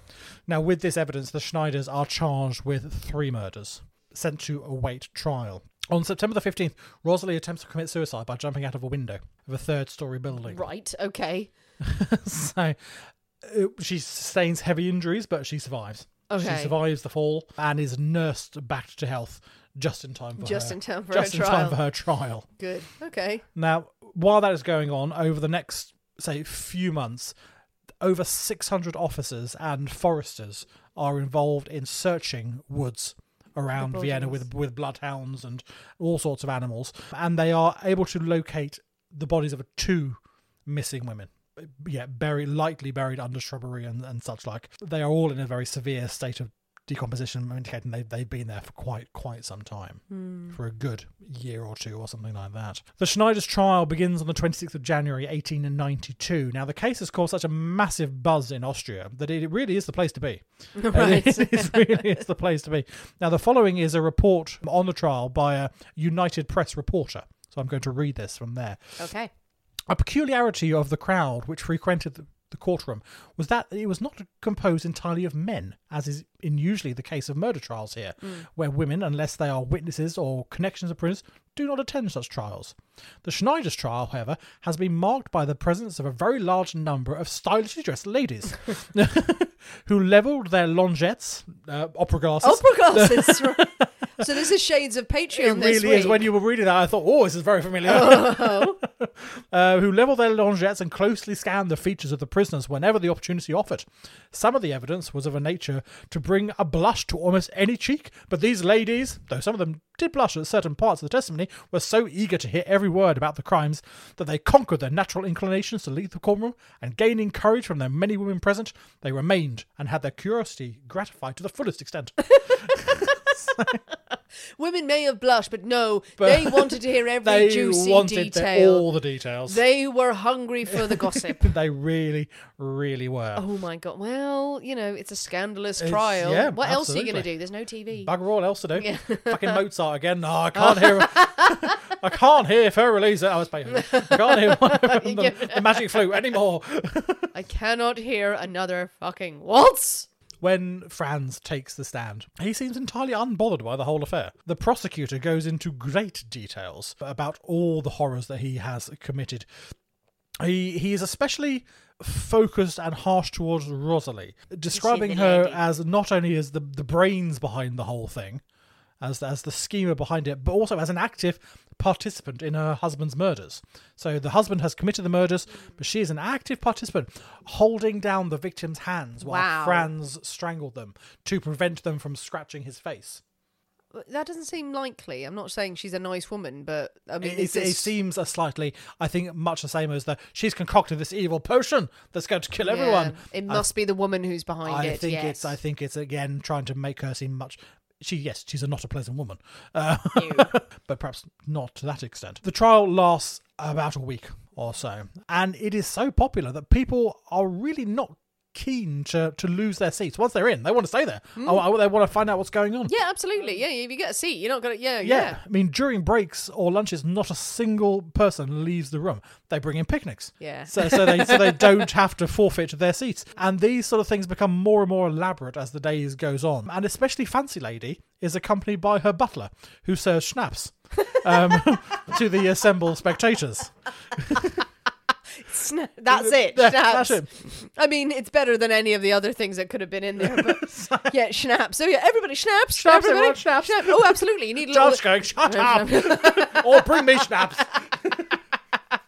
S3: Now, with this evidence, the Schneiders are charged with three murders, sent to await trial. On September the 15th, Rosalie attempts to commit suicide by jumping out of a window of a third story building.
S2: right. Okay.
S3: *laughs* So uh, she sustains heavy injuries, but she survives. She
S2: Okay.
S3: survives the fall and is nursed back to health just in time for
S2: Just
S3: her,
S2: in time for her
S3: just in time
S2: trial.
S3: for her trial.
S2: Good.
S3: *laughs*
S2: Okay.
S3: Now, while that is going on, over the next say few months, over 600 officers and foresters are involved in searching woods around Vienna with with bloodhounds and all sorts of animals, and they are able to locate the bodies of two missing women. Yeah, buried lightly buried under shrubbery and, and such like. They are all in a very severe state of decomposition, indicating they they've been there for quite quite some time, for a good year or two or something like that. The Schneider's trial begins on the 26th of January 1892. Now the case has caused such a massive buzz in Austria that it really is the place to be.
S2: Right. *laughs*
S3: It is really is the place to be. Now, the following is a report on the trial by a United Press reporter. So I'm going to read this from there.
S2: Okay.
S3: A peculiarity of the crowd which frequented the, the courtroom was that it was not composed entirely of men, as is in usually the case of murder trials here, where women, unless they are witnesses or connections of prisoners, do not attend such trials. The Schneider's trial, however, has been marked by the presence of a very large number of stylishly dressed ladies. *laughs* Who levelled their longettes, uh, opera glasses,
S2: Opera glasses. right. so this is Shades of Patreon
S3: it
S2: this
S3: really
S2: week. Oh.
S3: is. When you were reading that, I thought, oh, this is very familiar. *laughs* uh, who leveled their longettes and closely scanned the features of the prisoners whenever the opportunity offered. Some of the evidence was of a nature to bring a blush to almost any cheek, but these ladies, though some of them did blush at certain parts of the testimony, were so eager to hear every word about the crimes that they conquered their natural inclinations to leave the courtroom, and gaining courage from the many women present, they remained and had their curiosity gratified to the
S2: *laughs*
S3: fullest extent.
S2: Women may have blushed, but no,
S3: But
S2: they wanted to hear every
S3: *laughs* they
S2: juicy
S3: wanted the-
S2: detail.
S3: all the details.
S2: They were hungry for the gossip.
S3: they really, really were.
S2: Oh my god! Well, you know, it's a scandalous
S3: It's-
S2: trial.
S3: yeah,
S2: what else are you going to
S3: absolutely.
S2: do? There's no TV.
S3: Bugger all else to do. Fucking Mozart again. No, I can't hear. *laughs* I can't hear Ferrelisa. I was Beethoven. I can't hear the, the magic flute anymore.
S2: I cannot hear another fucking waltz.
S3: when Franz takes the stand, he seems entirely unbothered by the whole affair. The prosecutor goes into great details about all the horrors that he has committed. He he is especially focused and harsh towards Rosalie, describing her as not only as the, the brains behind the whole thing, as as the schemer behind it, but also as an active participant in her husband's murders. So the husband has committed the murders, but she is an active participant, holding down the victim's hands while
S2: Wow.
S3: Franz strangled them to prevent them from scratching his face.
S2: That doesn't seem likely. I'm not saying she's a nice woman, but I mean,
S3: It,
S2: is
S3: it, it
S2: this-
S3: seems a slightly, I think, much the same as the she's concocted this evil potion that's going to kill
S2: Yeah,
S3: everyone.
S2: It
S3: I
S2: must be the woman who's behind
S3: I
S2: it.
S3: think
S2: yes.
S3: it's. I think it's again trying to make her seem much. She yes, she's a not a pleasant woman, uh, *laughs* but perhaps not to that extent. The trial lasts about a week or so, and it is so popular that people are really not keen to to lose their seats once they're in. They want to stay there.
S2: Hmm.
S3: Oh, they want to find out what's going on.
S2: Yeah, absolutely. Yeah, if you get a seat, you're not gonna. Yeah,
S3: Yeah.
S2: yeah. *laughs*
S3: I mean, during breaks or lunches, not a single person leaves the room. They bring in picnics.
S2: Yeah.
S3: So, so, they, so
S2: *laughs*
S3: they don't have to forfeit their seats. And these sort of things become more and more elaborate as the days goes on. And especially Fancy Lady is accompanied by her butler, who serves schnapps
S2: *laughs*
S3: um, to the assembled spectators.
S2: Sna- That's it.
S3: Yeah,
S2: Schnapps.
S3: that's it.
S2: I mean, it's better than any of the other things that could have been in there.
S3: *laughs*
S2: But yeah, schnapps. So yeah, everybody schnapps.
S3: Schnapps,
S2: everybody
S3: everyone, schnapps.
S2: Schnapp- Oh, absolutely. You need a little.
S3: Judge
S2: *laughs*
S3: going, shut up! or bring me schnapps!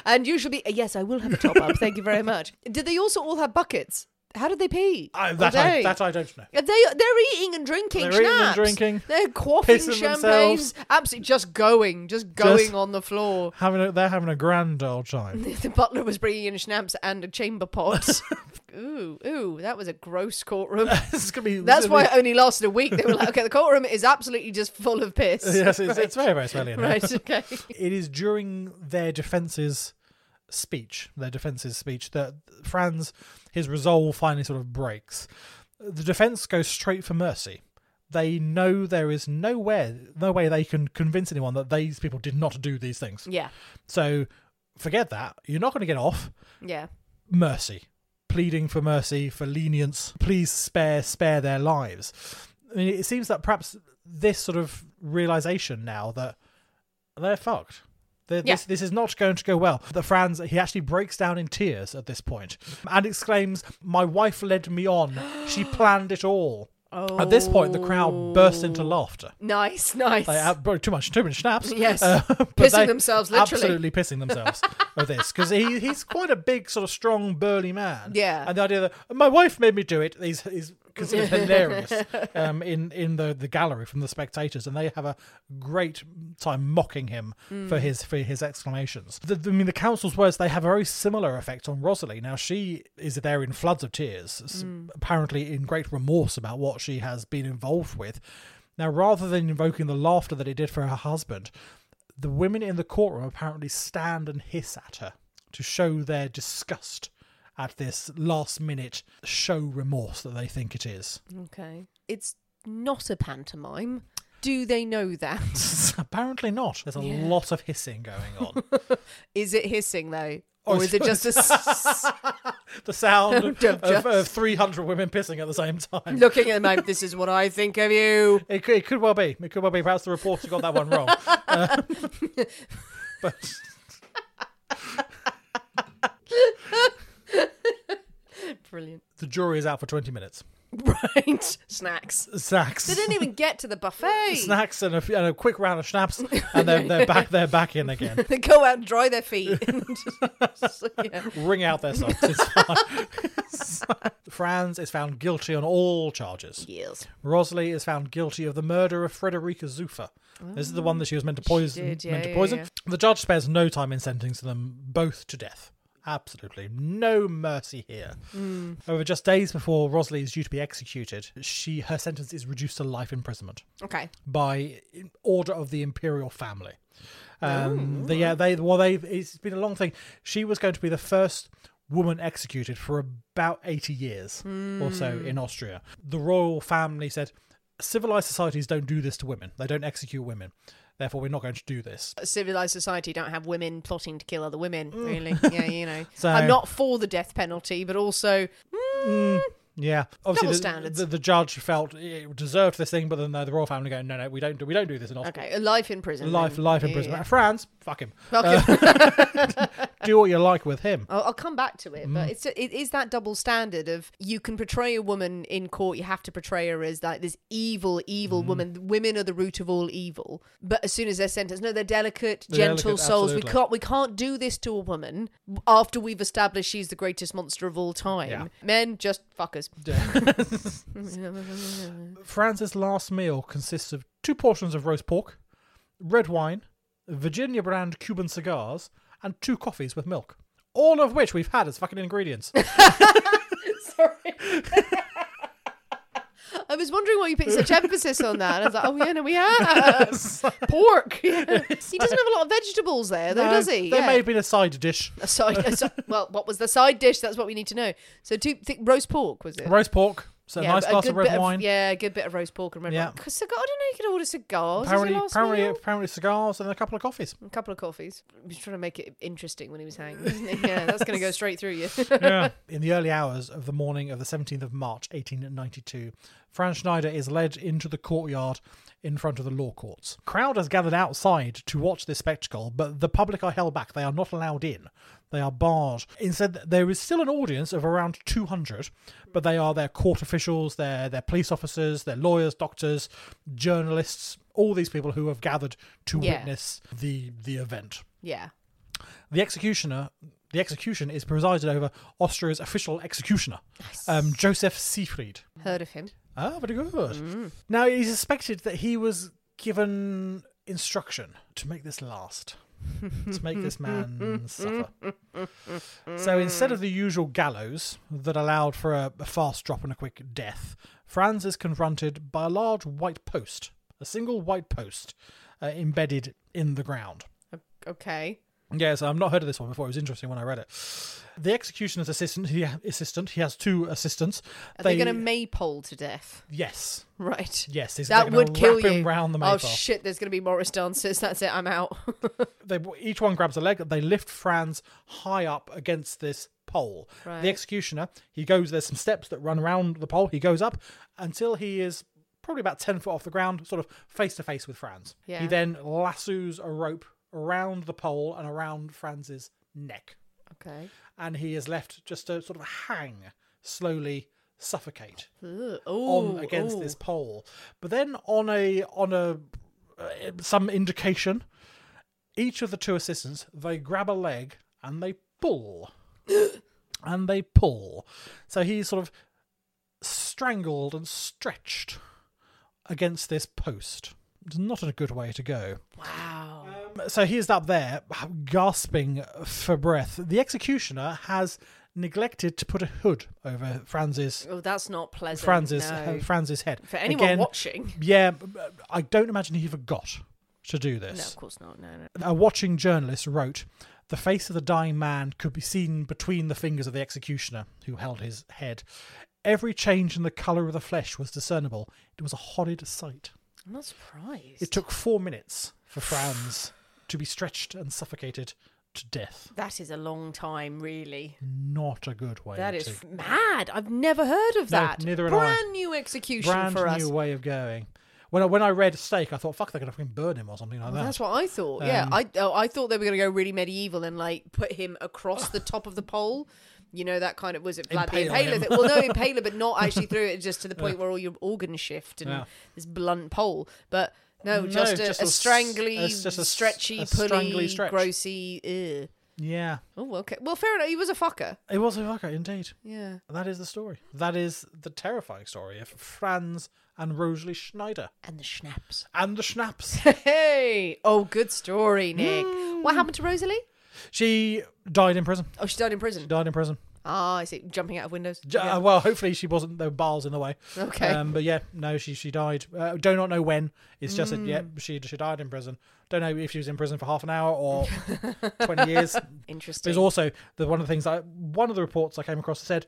S2: And you should be. Yes, I will have a top up. Thank you
S3: *laughs*
S2: very much. Did they also all have buckets? How did they pee?
S3: I,
S2: All
S3: that, I,
S2: day?
S3: that I don't know.
S2: They they're eating and drinking.
S3: They're eating and
S2: schnapps.
S3: drinking,
S2: They're quaffing
S3: pissing
S2: champagnes.
S3: themselves.
S2: Absolutely, just going, just going
S3: Just-
S2: on the floor. *laughs*
S3: Having a, they're having a grand old time. *laughs*
S2: The butler was bringing in schnapps and a chamber pot. ooh, ooh, that was a gross
S3: *laughs*
S2: courtroom.
S3: this is gonna be.
S2: That's why it
S3: I,
S2: only lasted a week. They were like, okay, the courtroom is absolutely just full of
S3: *laughs*
S2: piss.
S3: *laughs* yes, it's, it's very very smelly. In there.
S2: Right, okay. *laughs*
S3: It is during their defense's speech, their defense's speech, that Franz, his resolve finally sort of breaks. The defense goes straight for mercy. They know there is nowhere, no way they can convince anyone that these people did not do these things.
S2: Yeah,
S3: So forget that. You're not going to get off.
S2: yeah.
S3: mercy, pleading for mercy, for lenience. Please spare spare their lives. I mean, it seems that perhaps this sort of realization now that they're fucked. That
S2: Yeah.
S3: This this is not going to go well. That Franz he actually breaks down in tears at this point and exclaims, "My wife led me on.
S2: *gasps*
S3: She planned it all." At this point, the crowd bursts into laughter.
S2: Nice, nice.
S3: They out, too much, too much snaps. Uh,
S2: Yes.
S3: *laughs* but
S2: Pissing themselves, literally.
S3: Absolutely pissing themselves with this because he he's quite a big, sort of strong, burly man.
S2: Yeah.
S3: And the idea that my wife made me do it is is considered hilarious um, in in the the gallery from the spectators, and they have a great time mocking him for his for his exclamations. The, the- I mean, the council's words they have a very similar effect on Rosalie. Now she is there in floods of tears, s- apparently in great remorse about what she has been involved with. Now, rather than invoking the laughter that it did for her husband, the women in the courtroom apparently stand and hiss at her to show their disgust at this last minute show remorse that they think it is.
S2: okay. It's not a pantomime. Do they know that?
S3: apparently not. There's a lot of hissing going on.
S2: *laughs* Is it hissing though?
S3: Oh,
S2: Or is it just a s-
S3: the sound of,
S2: Don't
S3: of,
S2: just-
S3: of 300 women pissing at the same time.
S2: looking at them like, this is what I think of you?
S3: It could, it could well be. It could well be. Perhaps the reporter got that one wrong. Uh, but
S2: *laughs* Brilliant.
S3: the jury is out for 20 minutes.
S2: Right. *laughs* Snacks.
S3: Sacks.
S2: They didn't even get to the buffet.
S3: Snacks and a, f- and a quick round of schnapps, and they're, they're back. They're back in again.
S2: They go out and dry their
S3: *laughs*
S2: feet. *laughs* and just- yeah.
S3: wring out their socks. It's fine. Franz is found guilty on all charges.
S2: Yes.
S3: Rosalie is found guilty of the murder of Frederica Zuffa. This is the one that she was meant to poison.
S2: did, yeah,
S3: meant to
S2: yeah,
S3: poison.
S2: yeah.
S3: The judge spares no time in sentencing them both to death. Absolutely no mercy here.
S2: Hmm.
S3: However, just days before Rosalie is due to be executed, she her sentence is reduced to life imprisonment
S2: Okay.
S3: by order of the imperial family.
S2: Oh,
S3: Um, the, yeah, they well, they it's been a long thing. She was going to be the first woman executed for about eighty years or so
S2: Hmm.
S3: in Austria. The royal family said, civilized societies don't do this to women. They don't execute women. Therefore, we're not going to do this.
S2: Civilized society don't have women plotting to kill other women, *laughs* really. Yeah, you know.
S3: So-
S2: I'm not for the death penalty, but also
S3: Yeah, obviously
S2: Double
S3: the,
S2: standards.
S3: The, the judge felt it deserved this thing, but then the, the royal family going, no, no, we don't do we don't do this in Austria.
S2: okay, a life in prison.
S3: Life,
S2: then.
S3: life
S2: Yeah,
S3: imprisonment.
S2: yeah.
S3: France, fuck him. Uh,
S2: Fuck it.
S3: *laughs* Do what you like with him.
S2: I'll, I'll come back to it,
S3: Mm.
S2: but it's it is that double standard of you can portray a woman in court, you have to portray her as like this evil,
S3: Mm.
S2: evil woman. Women are the root of all evil. But as soon as they're sentenced, no, they're delicate,
S3: They're
S2: gentle
S3: delicate,
S2: souls.
S3: absolutely.
S2: We can't we can't do this to a woman after we've established she's the greatest monster of all time.
S3: Yeah.
S2: Men just fuckers.
S3: Franz's last meal consists of two portions of roast pork, red wine, Virginia brand Cuban cigars, and two coffees with milk. All of which we've had as
S2: *laughs*
S3: fucking ingredients.
S2: *laughs* Sorry. *laughs* I was wondering why you put such emphasis on that. I was like, oh yeah, no, we
S3: *laughs*
S2: have pork. *laughs* Yeah. He doesn't have a lot of vegetables there, though,
S3: No,
S2: does he?
S3: There
S2: Yeah.
S3: may have been a side dish.
S2: A side, a
S3: *laughs*
S2: si- well, what was the side dish? That's what we need to know. So, two th- roast pork was it?
S3: Roast pork, so a
S2: yeah,
S3: nice
S2: but
S3: glass
S2: good
S3: of red
S2: bit
S3: wine.
S2: yeah, a good bit of roast pork and red
S3: Yeah.
S2: wine. 'Cause Cigar. I don't know. You could order cigars. as your
S3: apparently,
S2: last
S3: apparently,
S2: meal.
S3: apparently cigars and a couple of coffees.
S2: a couple of coffees. He was trying to make it interesting when he was hanging. wasn't
S3: *laughs*
S2: he? yeah, that's going to go straight through you.
S3: Yeah. In the early hours of the morning of the 17th of March, 1892, Franz Schneider is led into the courtyard in front of the law courts. Crowd has gathered outside to watch this spectacle, but the public are held back. They are not allowed in. They are barred. Instead, there is still an audience of around 200, but they are their court officials, their, their police officers, their lawyers, doctors, journalists, all these people who have gathered to
S2: Yeah.
S3: witness the, the event.
S2: *laughs* yeah.
S3: The executioner, the execution is presided over Austria's official executioner, um, Joseph Siegfried.
S2: Heard of him?
S3: Ah, very good. Now, it is suspected that he was given instruction to make this last. to make this man suffer. So instead of the usual gallows that allowed for a, a fast drop and a quick death, Franz is confronted by a large white post, a single white post uh, embedded in the ground.
S2: Okay.
S3: Yes, I've not heard of this one before. It was interesting when I read it. The executioner's assistant, he, assistant, he has two assistants.
S2: Are they, going to maypole to death? *laughs*
S3: Yes,
S2: Right.
S3: Yes, he's-
S2: that
S3: they're gonna
S2: would kill
S3: wrap him
S2: you.
S3: round the
S2: oh
S3: maypole.
S2: shit! There's going to be Morris dances. That's it. I'm out. *laughs*
S3: they each one grabs a leg. They lift Franz high up against this pole.
S2: Right.
S3: The executioner, he goes. There's some steps that run around the pole. He goes up until he is probably about ten foot off the ground, sort of face to face with Franz.
S2: Yeah.
S3: He then lassos a rope around the pole and around Franz's neck,
S2: okay.
S3: and he is left just to sort of hang slowly, suffocate
S2: Oh,
S3: on against this pole. But then on a on a uh, some indication, each of the two assistants they grab a leg and they pull, and they pull. So he's sort of strangled and stretched against this post. It's not a good way to go. Um,
S2: Wow.
S3: So he's up there, gasping for breath. The executioner has neglected to put a hood over Franz's
S2: Oh, that's not pleasant.
S3: Franz's uh,
S2: no.
S3: Franz's head.
S2: For anyone
S3: Again,
S2: watching.
S3: yeah, I don't imagine he forgot to do
S2: No, of
S3: this.
S2: course not. No, no.
S3: A watching journalist wrote, "The face of the dying man could be seen between the fingers of the executioner who held his head. Every change in the color of the flesh was discernible. It was a horrid sight.
S2: I'm not surprised.
S3: It took four minutes for Franz to be stretched and suffocated to death.
S2: that is a long time, really.
S3: Not a good way.
S2: That is
S3: to-
S2: f- mad. I've never heard of
S3: No,
S2: that.
S3: neither had I.
S2: Brand new execution
S3: brand
S2: for us.
S3: new way of going." When I, when I read stake, I thought, "Fuck, they're gonna fucking burn him or something like
S2: Well,
S3: that."
S2: that's what I thought. yeah,
S3: Um,
S2: I oh, I thought they were going to go really medieval and like put him across the top of the pole. You know that kind of was it Vlad the
S3: Impale
S2: Impaler?
S3: him.
S2: thing? Well, no, Impaler, but not actually through it, just to
S3: *laughs*
S2: the point where all your organs shift and
S3: Yeah.
S2: this blunt pole. But no, just, a,
S3: just
S2: a,
S3: a s-
S2: strangly,
S3: a s- just a s-
S2: stretchy,
S3: a
S2: pulley,
S3: strangly stretch.
S2: grossy. Ugh.
S3: Yeah,
S2: Oh, okay. Well, fair enough. He was a fucker.
S3: it was a fucker indeed.
S2: Yeah.
S3: That is the story. That is the terrifying story of Franz and Rosalie Schneider
S2: And the schnapps.
S3: and the Schnapps.
S2: *laughs* Hey! Oh, good story, Nick.
S3: Hmm.
S2: What happened to Rosalie?
S3: she died in prison.
S2: Oh, she died in prison.
S3: She died in prison.
S2: Ah, I see. Jumping out of windows.
S3: J- uh, well, hopefully she wasn't. There were bars in the way.
S2: Okay.
S3: Um, but yeah, no, she she died. Uh, do not know when. It's just that
S2: Mm.
S3: yeah, she she died in prison. Don't know if she was in prison for half an hour or twenty years.
S2: Interesting.
S3: There's also the one of the things I one of the reports I came across said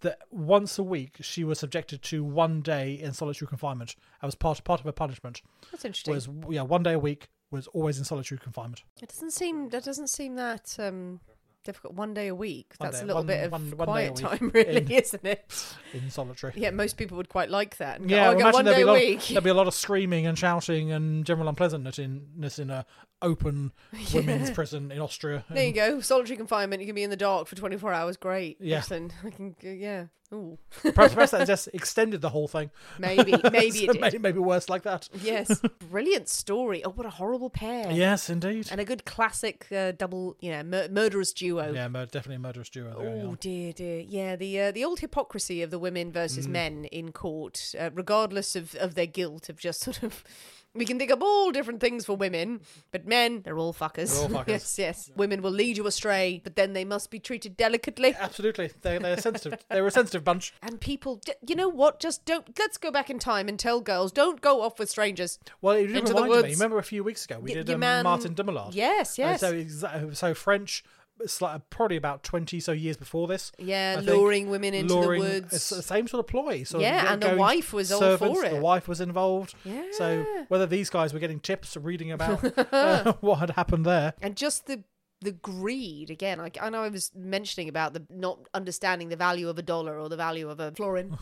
S3: that once a week she was subjected to one day in solitary confinement. That was part part of her punishment.
S2: That's interesting.
S3: was yeah one day a week was always in solitary confinement.
S2: It doesn't seem that doesn't seem that um, difficult. One day a week.
S3: One
S2: That's
S3: day-
S2: a little
S3: one-
S2: bit of
S3: one- one day
S2: quiet
S3: a week
S2: time, *laughs* really,
S3: in-
S2: isn't it?
S3: In solitary.
S2: Yeah, most people would quite like that. and go,
S3: Yeah,
S2: "Oh, I
S3: I
S2: got
S3: imagine
S2: one
S3: there'd
S2: day
S3: be, a
S2: a
S3: lot
S2: week.
S3: of, there'd be a lot of screaming and shouting and general unpleasantness in, ness in a
S2: *laughs*
S3: open women's prison in Austria.
S2: *laughs* there you
S3: And
S2: go. Solitary confinement. You can be in the dark for 24 hours. Great.
S3: Yeah.
S2: Listen, I can. Yeah.
S3: *laughs*
S2: Ooh.
S3: Perhaps, perhaps that just extended the whole thing.
S2: Maybe.
S3: *laughs*
S2: Maybe
S3: So
S2: it
S3: may-
S2: did.
S3: Maybe worse like that. *laughs*
S2: Yes. Brilliant story. Oh, what a horrible pair.
S3: Yes, indeed.
S2: And a good classic uh, double, you know, mur- murderous duo.
S3: yeah, mur- definitely a murderous duo. they're going
S2: Oh
S3: on.
S2: dear, dear, yeah. The uh, the old hypocrisy of the women
S3: Mm.
S2: versus men in court, uh, regardless of of their guilt, of just sort of. *laughs* We can think of all different things for women, but men, they're all fuckers.
S3: They're all fuckers.
S2: *laughs* yes, yes. Women will lead you astray, but then they must be treated delicately.
S3: Absolutely, they they're sensitive. they're a sensitive bunch.
S2: And people, d- you know what? Just don't. Let's go back in time and tell girls don't go off with strangers.
S3: Well, it
S2: Into
S3: did
S2: the
S3: remind me.
S2: woods.
S3: Remember a few weeks ago we
S2: Y-
S3: did
S2: your
S3: um,
S2: man-
S3: Martin Dumoulin.
S2: Yes, yes.
S3: Uh, so exa- so French, it's like uh, probably about twenty so years before this.
S2: Yeah,
S3: I think.
S2: luring women into the
S3: Luring-
S2: woods.
S3: it's the same sort of ploy. Sort of
S2: Yeah,
S3: get
S2: and the
S3: going,
S2: wife was all
S3: servants,
S2: for it.
S3: The wife was involved. So
S2: Yeah.
S3: whether these guys were getting tips or reading about
S2: *laughs*
S3: uh, *laughs* what had happened there.
S2: and just the the greed again I, I know i was mentioning about the not understanding the value of a dollar or the value of a
S3: *laughs*
S2: florin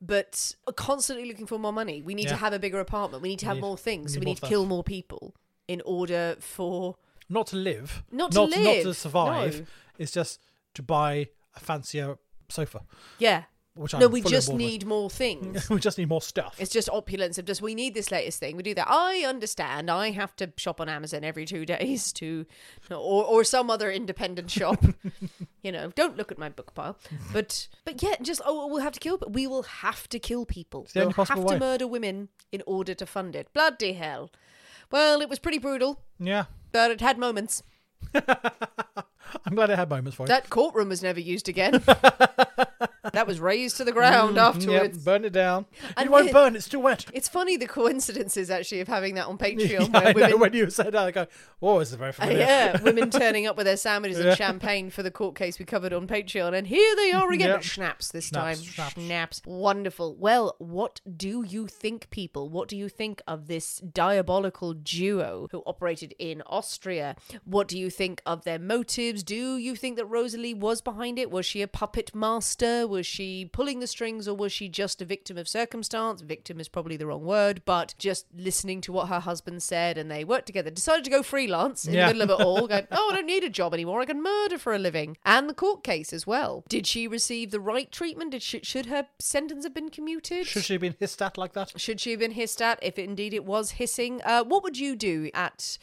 S2: but constantly looking for more money we need to
S3: Yeah.
S2: have a bigger apartment we need to have
S3: need-
S2: more things
S3: we
S2: so
S3: need
S2: we
S3: more
S2: need to kill
S3: stuff.
S2: more people in order for
S3: Not to live.
S2: Not to
S3: not, Not to
S2: live,
S3: survive.
S2: no.
S3: It's just to buy a fancier sofa.
S2: yeah
S3: Which
S2: no
S3: I'm
S2: we
S3: fully
S2: just
S3: on board with.
S2: need more things
S3: *laughs* we just need more stuff.
S2: It's just opulence of just we need this latest thing. We do that. I understand. I have to shop on Amazon every two *laughs* days to, or or some other independent
S3: *laughs*
S2: shop. you know, don't look at my book pile. But but yeah, just oh, we'll have to kill. We will have to kill people.
S3: the
S2: we'll
S3: only
S2: have
S3: possible
S2: to
S3: way.
S2: murder women in order to fund it. Bloody hell! Well, it was pretty brutal.
S3: yeah.
S2: that it had moments.
S3: I'm glad I had moments for you.
S2: That courtroom was never used
S3: *laughs*
S2: again. that was raised to the ground
S3: Mm, Yep,
S2: afterwards.
S3: burn it down.
S2: And
S3: it won't
S2: it-
S3: burn. It's too *laughs* wet.
S2: It's funny the coincidences actually of having that on
S3: *laughs* Yeah,
S2: Patreon
S3: I
S2: where
S3: know
S2: women
S3: when you said that, I go, "Whoa, this is very familiar."
S2: yeah, women turning up with their sandwiches
S3: Yeah.
S2: and champagne for the court case we covered on Patreon, and here they are again.
S3: Yep.
S2: But Schnapps this
S3: Schnapps,
S2: time.
S3: schnapps.
S2: Schnapps. Wonderful. Well, what do you think, people? What do you think of this diabolical duo who operated in Austria? What do you think of their motives? Do you think that Rosalie was behind it? Was she a puppet master? Was she pulling the strings, or was she just a victim of circumstance? Victim is probably the wrong word, but just listening to what her husband said, and they worked together, decided to go freelance in
S3: Yeah.
S2: the middle *laughs* of it all, going, oh, I don't need a job anymore. I can murder for a living. And the court case as well. Did she receive the right treatment? Did she, should her sentence have been commuted?
S3: Should she have been hissed at like that?
S2: Should she have been hissed at if indeed it was hissing? Uh, what would you do at.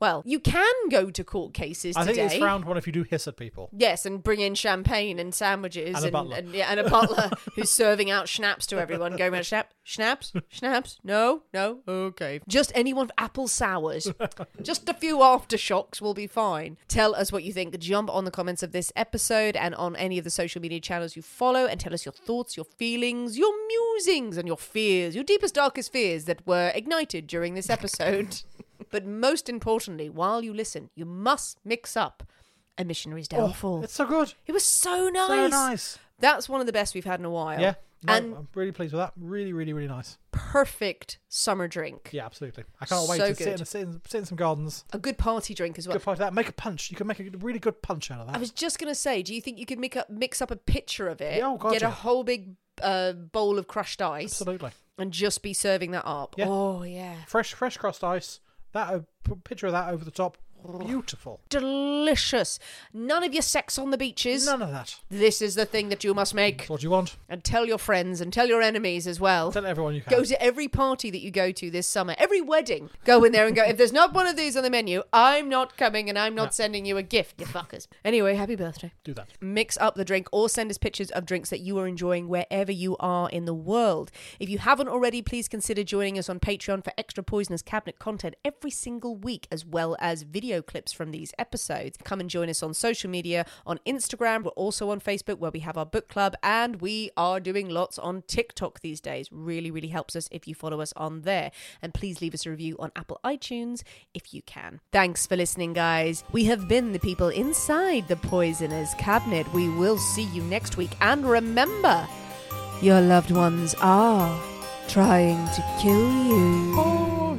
S2: Well, you can go to court cases
S3: I think
S2: today.
S3: it's frowned upon if you do hiss at people.
S2: Yes, and bring in champagne and sandwiches
S3: And a
S2: and
S3: butler.
S2: and, yeah, and a butler *laughs* who's serving out schnapps to everyone. Going around schnapp, schnapps, schnapps. No, no, okay. Just anyone apple sours. Just a few aftershocks will be fine. Tell us what you think. Jump on the comments of this episode and on any of the social media channels you follow, and tell us your thoughts, your feelings, your musings, and your fears, your deepest darkest fears that were ignited during this
S3: *laughs*
S2: episode. but most importantly, while you listen, you must mix up. A missionary's
S3: Oh,
S2: downfall.
S3: it's so good.
S2: It was so nice.
S3: So nice.
S2: That's one of the best we've had in a while.
S3: Yeah. No,
S2: and
S3: I'm really pleased with that. Really, really, really nice.
S2: perfect summer drink.
S3: Yeah, absolutely. I can't wait
S2: So
S3: to sit in,
S2: good.
S3: sit, in, sit in some gardens.
S2: A good party drink as well.
S3: Good part of that. Make a punch. You can make a good- really good punch out of that.
S2: I was just going to say, do you think you could make up, mix up a picture of it,
S3: Yeah, oh, God,
S2: get
S3: yeah.
S2: a whole big uh, bowl of crushed ice,
S3: absolutely
S2: and just be serving that up?
S3: Yeah.
S2: Oh, yeah.
S3: fresh, fresh crust ice. That uh, p- picture of that over the top. Beautiful.
S2: Delicious. None of your sex on the beaches.
S3: None of that.
S2: This is the thing that you must make.
S3: That's what you want.
S2: And tell your friends and tell your enemies as well.
S3: Tell everyone you can.
S2: Go to every party that you go to this summer, every wedding. Go in there and go, if there's not one of these on the menu, I'm not coming and I'm not sending you a gift, you fuckers. Anyway, happy birthday.
S3: Do that.
S2: Mix up the drink or send us pictures of drinks that you are enjoying wherever you are in the world. If you haven't already, please consider joining us on Patreon for extra poisonous cabinet content every single week, as well as video clips from these episodes. Come and join us on social media on Instagram. We're also on Facebook where we have our book club, and we are doing lots on TikTok these days. Really, really helps us if you follow us on there. And please leave us a review on Apple iTunes if you can. Thanks for listening, guys. We have been the people inside the poisoner's cabinet. We will see you next week. And remember, your loved ones are trying to kill you.